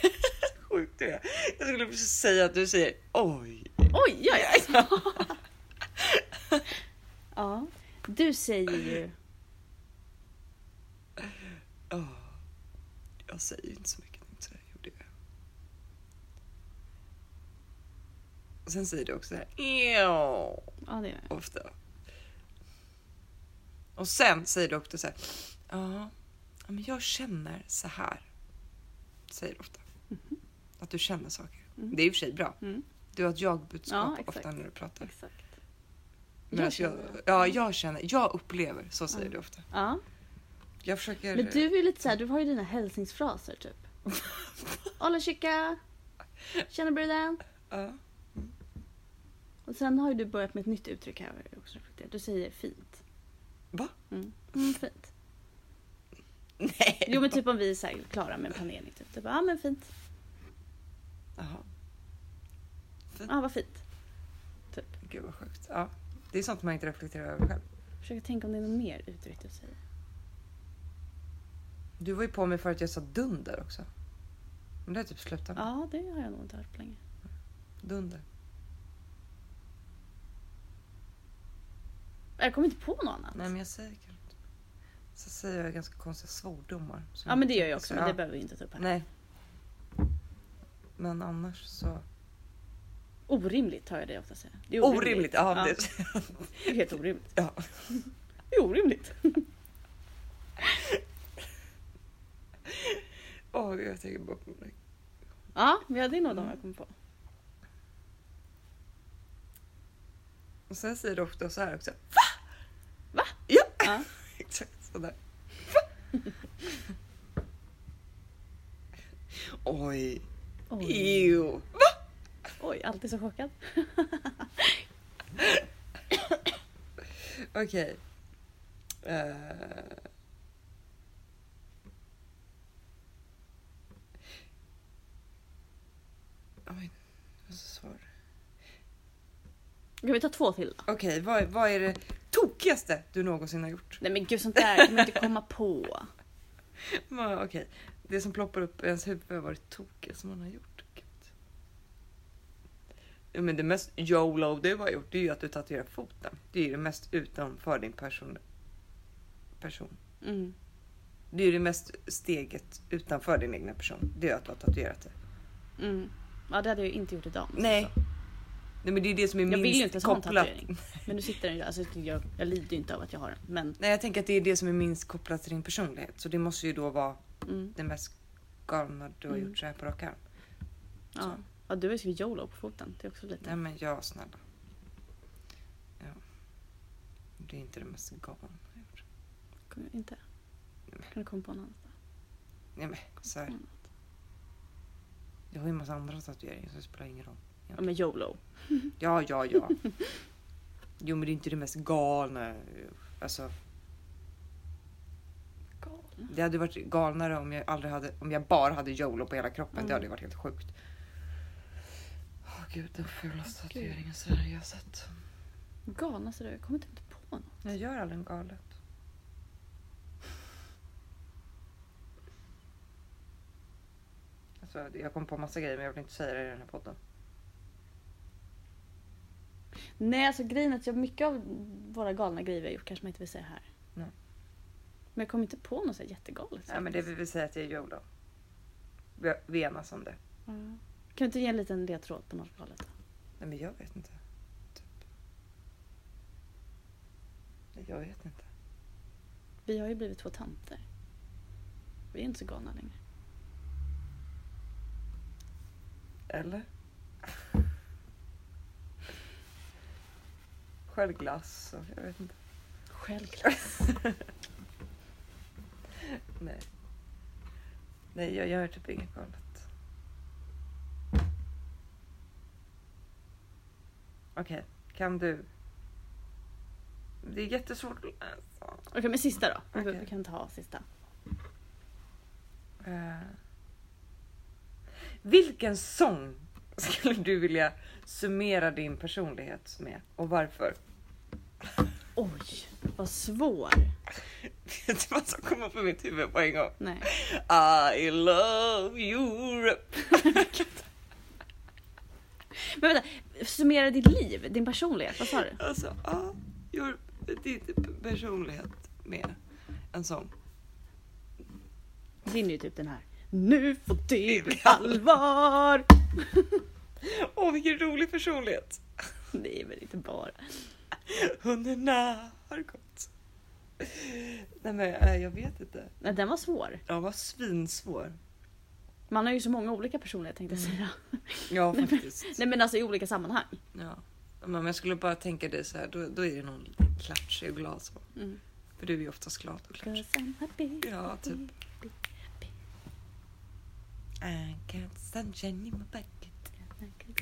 Speaker 3: Sjukt det är. Jag skulle precis säga att du säger oj.
Speaker 2: Oj, ja, ja. ja. Du säger ju...
Speaker 3: Åh. Jag säger inte så mycket. Så jag gjorde det. Och sen säger du också det här. Ew.
Speaker 2: Ja, det gör jag.
Speaker 3: ofta. Och sen säger du också så här. Ja, ja, men jag känner så här. Säger du ofta. Att du känner saker. Det är i och för sig bra.
Speaker 2: Mhm. Mm.
Speaker 3: Du har ett jag-budskap
Speaker 2: Ja, exakt.
Speaker 3: ofta när du pratar.
Speaker 2: Exakt.
Speaker 3: Men
Speaker 2: Jag
Speaker 3: att jag,
Speaker 2: känner.
Speaker 3: ja, jag känner. Jag upplever. Så säger du ofta.
Speaker 2: Ja.
Speaker 3: Jag försöker.
Speaker 2: Men du är ju lite så här, du har ju dina hälsningsfraser typ. Hola chica! Tjena bruden!
Speaker 3: Ja.
Speaker 2: Och sen har ju du börjat med ett nytt uttryck här. jag också reflekterat. Du säger fint.
Speaker 3: Va?
Speaker 2: Mm. Mm, fint.
Speaker 3: Nej.
Speaker 2: Jo men typ om vi är så här, klara med planering. Typ. Du bara, ja men fint.
Speaker 3: Jaha.
Speaker 2: Ja vad fint.
Speaker 3: Gud vad sjukt. Ja. Det är sånt man inte reflekterar över själv.
Speaker 2: Försöker tänka om det är något mer uttryck du säger.
Speaker 3: Du var ju på mig för att jag sa dunder också. Men det har jag typ slutat med.
Speaker 2: Ja det har jag nog inte hört på länge.
Speaker 3: Dunder.
Speaker 2: Jag kommer inte på något annat.
Speaker 3: Nej men jag säger kanske inte. Så säger jag ganska konstiga svordomar. som
Speaker 2: Ja men det
Speaker 3: inte-
Speaker 2: gör jag också
Speaker 3: så-
Speaker 2: men det
Speaker 3: ja,
Speaker 2: behöver vi inte ta upp här.
Speaker 3: Nej. Men annars så...
Speaker 2: Orimligt hör jag dig ofta säga. Det är
Speaker 3: Orimligt! Ja,
Speaker 2: Ja,
Speaker 3: Det,
Speaker 2: det är helt orimligt.
Speaker 3: ja.
Speaker 2: Det är orimligt.
Speaker 3: Åh, jag tänker bara på det.
Speaker 2: Ja men ja, det är nog de jag kommer på.
Speaker 3: Och sen säger du ofta så här också.
Speaker 2: Va?
Speaker 3: Ja!
Speaker 2: Ja.
Speaker 3: Exakt sådär. Oj.
Speaker 2: Oj,
Speaker 3: Ew.
Speaker 2: Oj alltid så chockad.
Speaker 3: Okej. Eh. Oj, det var så svårt.
Speaker 2: Kan vi ta två till då?
Speaker 3: Okej, vad, vad är det tokigaste du någonsin har gjort?
Speaker 2: Nej men gud sånt där kommer jag inte komma på.
Speaker 3: Vad- Okej, det som ploppar upp i ens huvud har varit tokigt som man har gjort. Gud. Ja, Men det mest YOLO du har gjort det är ju att du tatuerar foten. Det är ju det mest utanför din person. person.
Speaker 2: Mm.
Speaker 3: Det är ju det mest steget utanför din egna person. Det är att du har tatuerat det.
Speaker 2: Mm. Ja det hade jag ju inte gjort idag. om man säger
Speaker 3: Nej.
Speaker 2: så.
Speaker 3: Nej men det är det som är
Speaker 2: Jag
Speaker 3: minst
Speaker 2: vill ju inte ens ha en
Speaker 3: kopplat.
Speaker 2: tatuering. Men nu sitter den ju alltså, jag, jag lider ju inte av att jag har den. Men
Speaker 3: Nej jag tänker att det är det som är minst kopplat till din personlighet. Så det måste ju då vara
Speaker 2: mm,
Speaker 3: det mest galna du har
Speaker 2: Mm.
Speaker 3: gjort så här på rak arm.
Speaker 2: ja. ja, du har ju skrivit YOLO på foten. Det är också lite...
Speaker 3: Nej men ja snälla. Ja. Det är inte det mest galna jag gjort.
Speaker 2: Kommer jag inte. Kan du komma på något annat?
Speaker 3: Nej men så här. Jag har ju en massa andra tatueringar så det spelar ingen roll.
Speaker 2: Ja men YOLO.
Speaker 3: Ja, ja, ja. Jo, men det är inte det mest galna. Alltså,
Speaker 2: Galen.
Speaker 3: det hade varit galnare om jag, aldrig hade, om jag bara hade YOLO på hela kroppen. Det hade ju varit helt sjukt. Åh gud, den fulaste
Speaker 2: Gud.
Speaker 3: tatueringen Sverige har sett.
Speaker 2: Galna ser du Jag kommer typ inte på något.
Speaker 3: Jag gör aldrig galet. Alltså, jag kom på massa grejer men jag vill inte säga det i den här podden.
Speaker 2: Nej alltså grejen är att jag, mycket av våra galna grejer vi har gjort kanske man inte vill säga här.
Speaker 3: Nej.
Speaker 2: Men jag kommer inte på något så här jättegalet.
Speaker 3: Nej men det vill vi säga att jag gör då. Vi- Vi enas om det.
Speaker 2: Ja. Kan du inte ge en liten ledtråd på något galet? då?
Speaker 3: Nej men jag vet inte. Typ. Nej, Jag vet inte.
Speaker 2: Vi har ju blivit två tanter. Vi är inte så galna längre.
Speaker 3: Eller? Självglass och jag vet inte.
Speaker 2: Självklart.
Speaker 3: Nej. Nej jag gör typ inget galet. Okej, kan du? Det är jättesvårt att läsa.
Speaker 2: Okej men sista då. Vi-
Speaker 3: Okej.
Speaker 2: Vi kan ta sista.
Speaker 3: Eh, vilken sång skulle du vilja summera din personlighet med och varför?
Speaker 2: Oj, vad svår.
Speaker 3: Vet du vad som kom upp i mitt huvud på en gång?
Speaker 2: Nej.
Speaker 3: I love Europe.
Speaker 2: Men vänta, summera ditt liv, din personlighet. Vad sa du?
Speaker 3: Alltså, ja, your, din personlighet med en sång.
Speaker 2: Din är ju typ den här. Nu får det bli allvar.
Speaker 3: Åh, vilken rolig personlighet.
Speaker 2: Nej men inte bara.
Speaker 3: Hundarna har gått. Nej, men eh, jag vet inte.
Speaker 2: Nej, den var svår.
Speaker 3: Ja, var svinsvår.
Speaker 2: Man har ju så många olika personligheter tänkte jag säga.
Speaker 3: Ja, faktiskt.
Speaker 2: Nej men alltså i olika sammanhang.
Speaker 3: Ja. Men om jag skulle bara tänka dig så här, då, då är det någon klatschig och glad så.
Speaker 2: Mm.
Speaker 3: För du är ju oftast glad och klatschig. Ja, typ. I got sunshine in my pocket.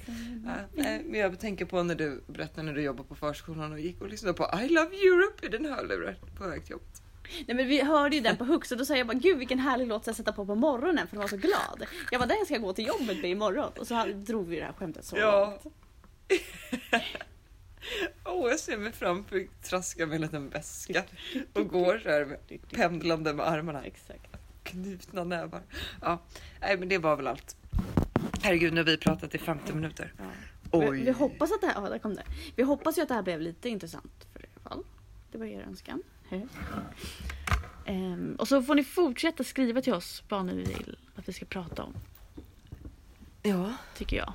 Speaker 2: Mm.
Speaker 3: Ja, nej, men jag tänker på när du berättade när du jobbade på förskolan och gick och lyssnade på I Love Europe i den hörluren på väg till jobbet.
Speaker 2: Nej men vi hörde ju den på Hux och då sa jag bara gud vilken härlig låt att sätta på på morgonen för den var så glad. Jag bara den ska jag gå till jobbet med imorgon. Och så hade- drog vi det här skämtet så
Speaker 3: Ja.
Speaker 2: långt.
Speaker 3: Åh, jag ser mig framför mig traska med en liten väska och går så här med pendlande med armarna.
Speaker 2: Exakt.
Speaker 3: Knutna nävar. Ja, nej men det var väl allt. Herregud, nu har vi pratat i 50 minuter.
Speaker 2: Ja.
Speaker 3: Oj.
Speaker 2: Vi, vi hoppas att det här, ja, där kom det. Vi hoppas ju att det här blev lite intressant för er i alla fall. Det var er önskan. Ehm, och så får ni fortsätta skriva till oss vad ni vill att vi ska prata om,
Speaker 3: Ja,
Speaker 2: tycker jag.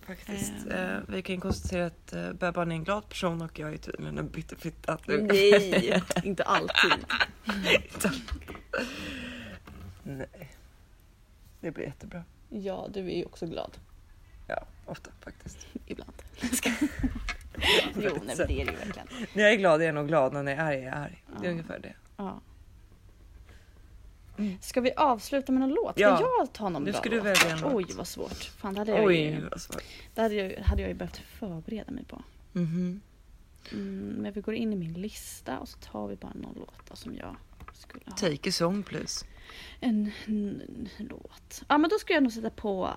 Speaker 3: faktiskt.
Speaker 2: Ehm.
Speaker 3: Eh, vi kan konstatera att eh, Bebban är en glad person och jag är tydligen en bitterfitta.
Speaker 2: Nej, inte alltid.
Speaker 3: Nej. Det blir jättebra.
Speaker 2: Ja, du är ju också glad
Speaker 3: Ja, ofta faktiskt.
Speaker 2: ibland. jo, nej, men det är det ju verkligen.
Speaker 3: När jag är glad är jag nog glad, när jag är arg är jag arg. Det är
Speaker 2: Ja.
Speaker 3: ungefär det.
Speaker 2: Ja. Ska vi avsluta med någon låt? Ska
Speaker 3: Mm. Ja.
Speaker 2: jag ta någon
Speaker 3: Nu
Speaker 2: bra
Speaker 3: ska du
Speaker 2: låt?
Speaker 3: välja en låt.
Speaker 2: Oj, vad svårt. Fan, det hade jag
Speaker 3: Oj,
Speaker 2: ju,
Speaker 3: vad svårt.
Speaker 2: det hade jag, ju- hade jag ju behövt förbereda mig på.
Speaker 3: Mhm.
Speaker 2: Mm, men vi går in i min lista och så tar vi bara någon låt då som jag skulle ha.
Speaker 3: Take a song please.
Speaker 2: En, en, en låt. Ja men då skulle jag nog sätta på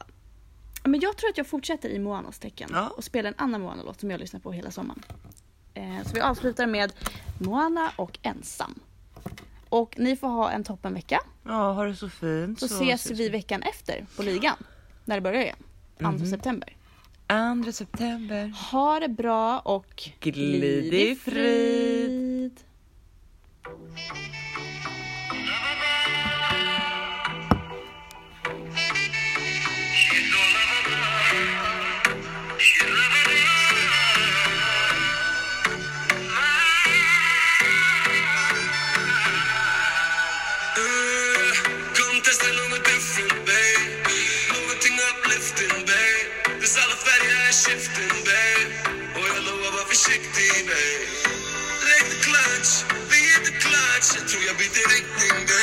Speaker 2: Ja, men jag tror att jag fortsätter i Moanas tecken
Speaker 3: Ja.
Speaker 2: och spelar en annan Moana-låt som jag lyssnar på hela sommaren. Eh, så vi avslutar med Moana och Ensam. Och ni får ha en toppenvecka.
Speaker 3: Ja, har det så fint.
Speaker 2: Så, ses, vi veckan efter på ligan. När det börjar igen. 2
Speaker 3: Mhm.
Speaker 2: september.
Speaker 3: 2 september.
Speaker 2: Ha det bra och
Speaker 3: Glid i frid.
Speaker 1: Uh, Kom testa något different babe Någonting uplifting babe Tills alla färger är skiften babe Och jag lovar var försiktig babe Lägg the clutch, vi heter clutch Jag tror jag byter riktning babe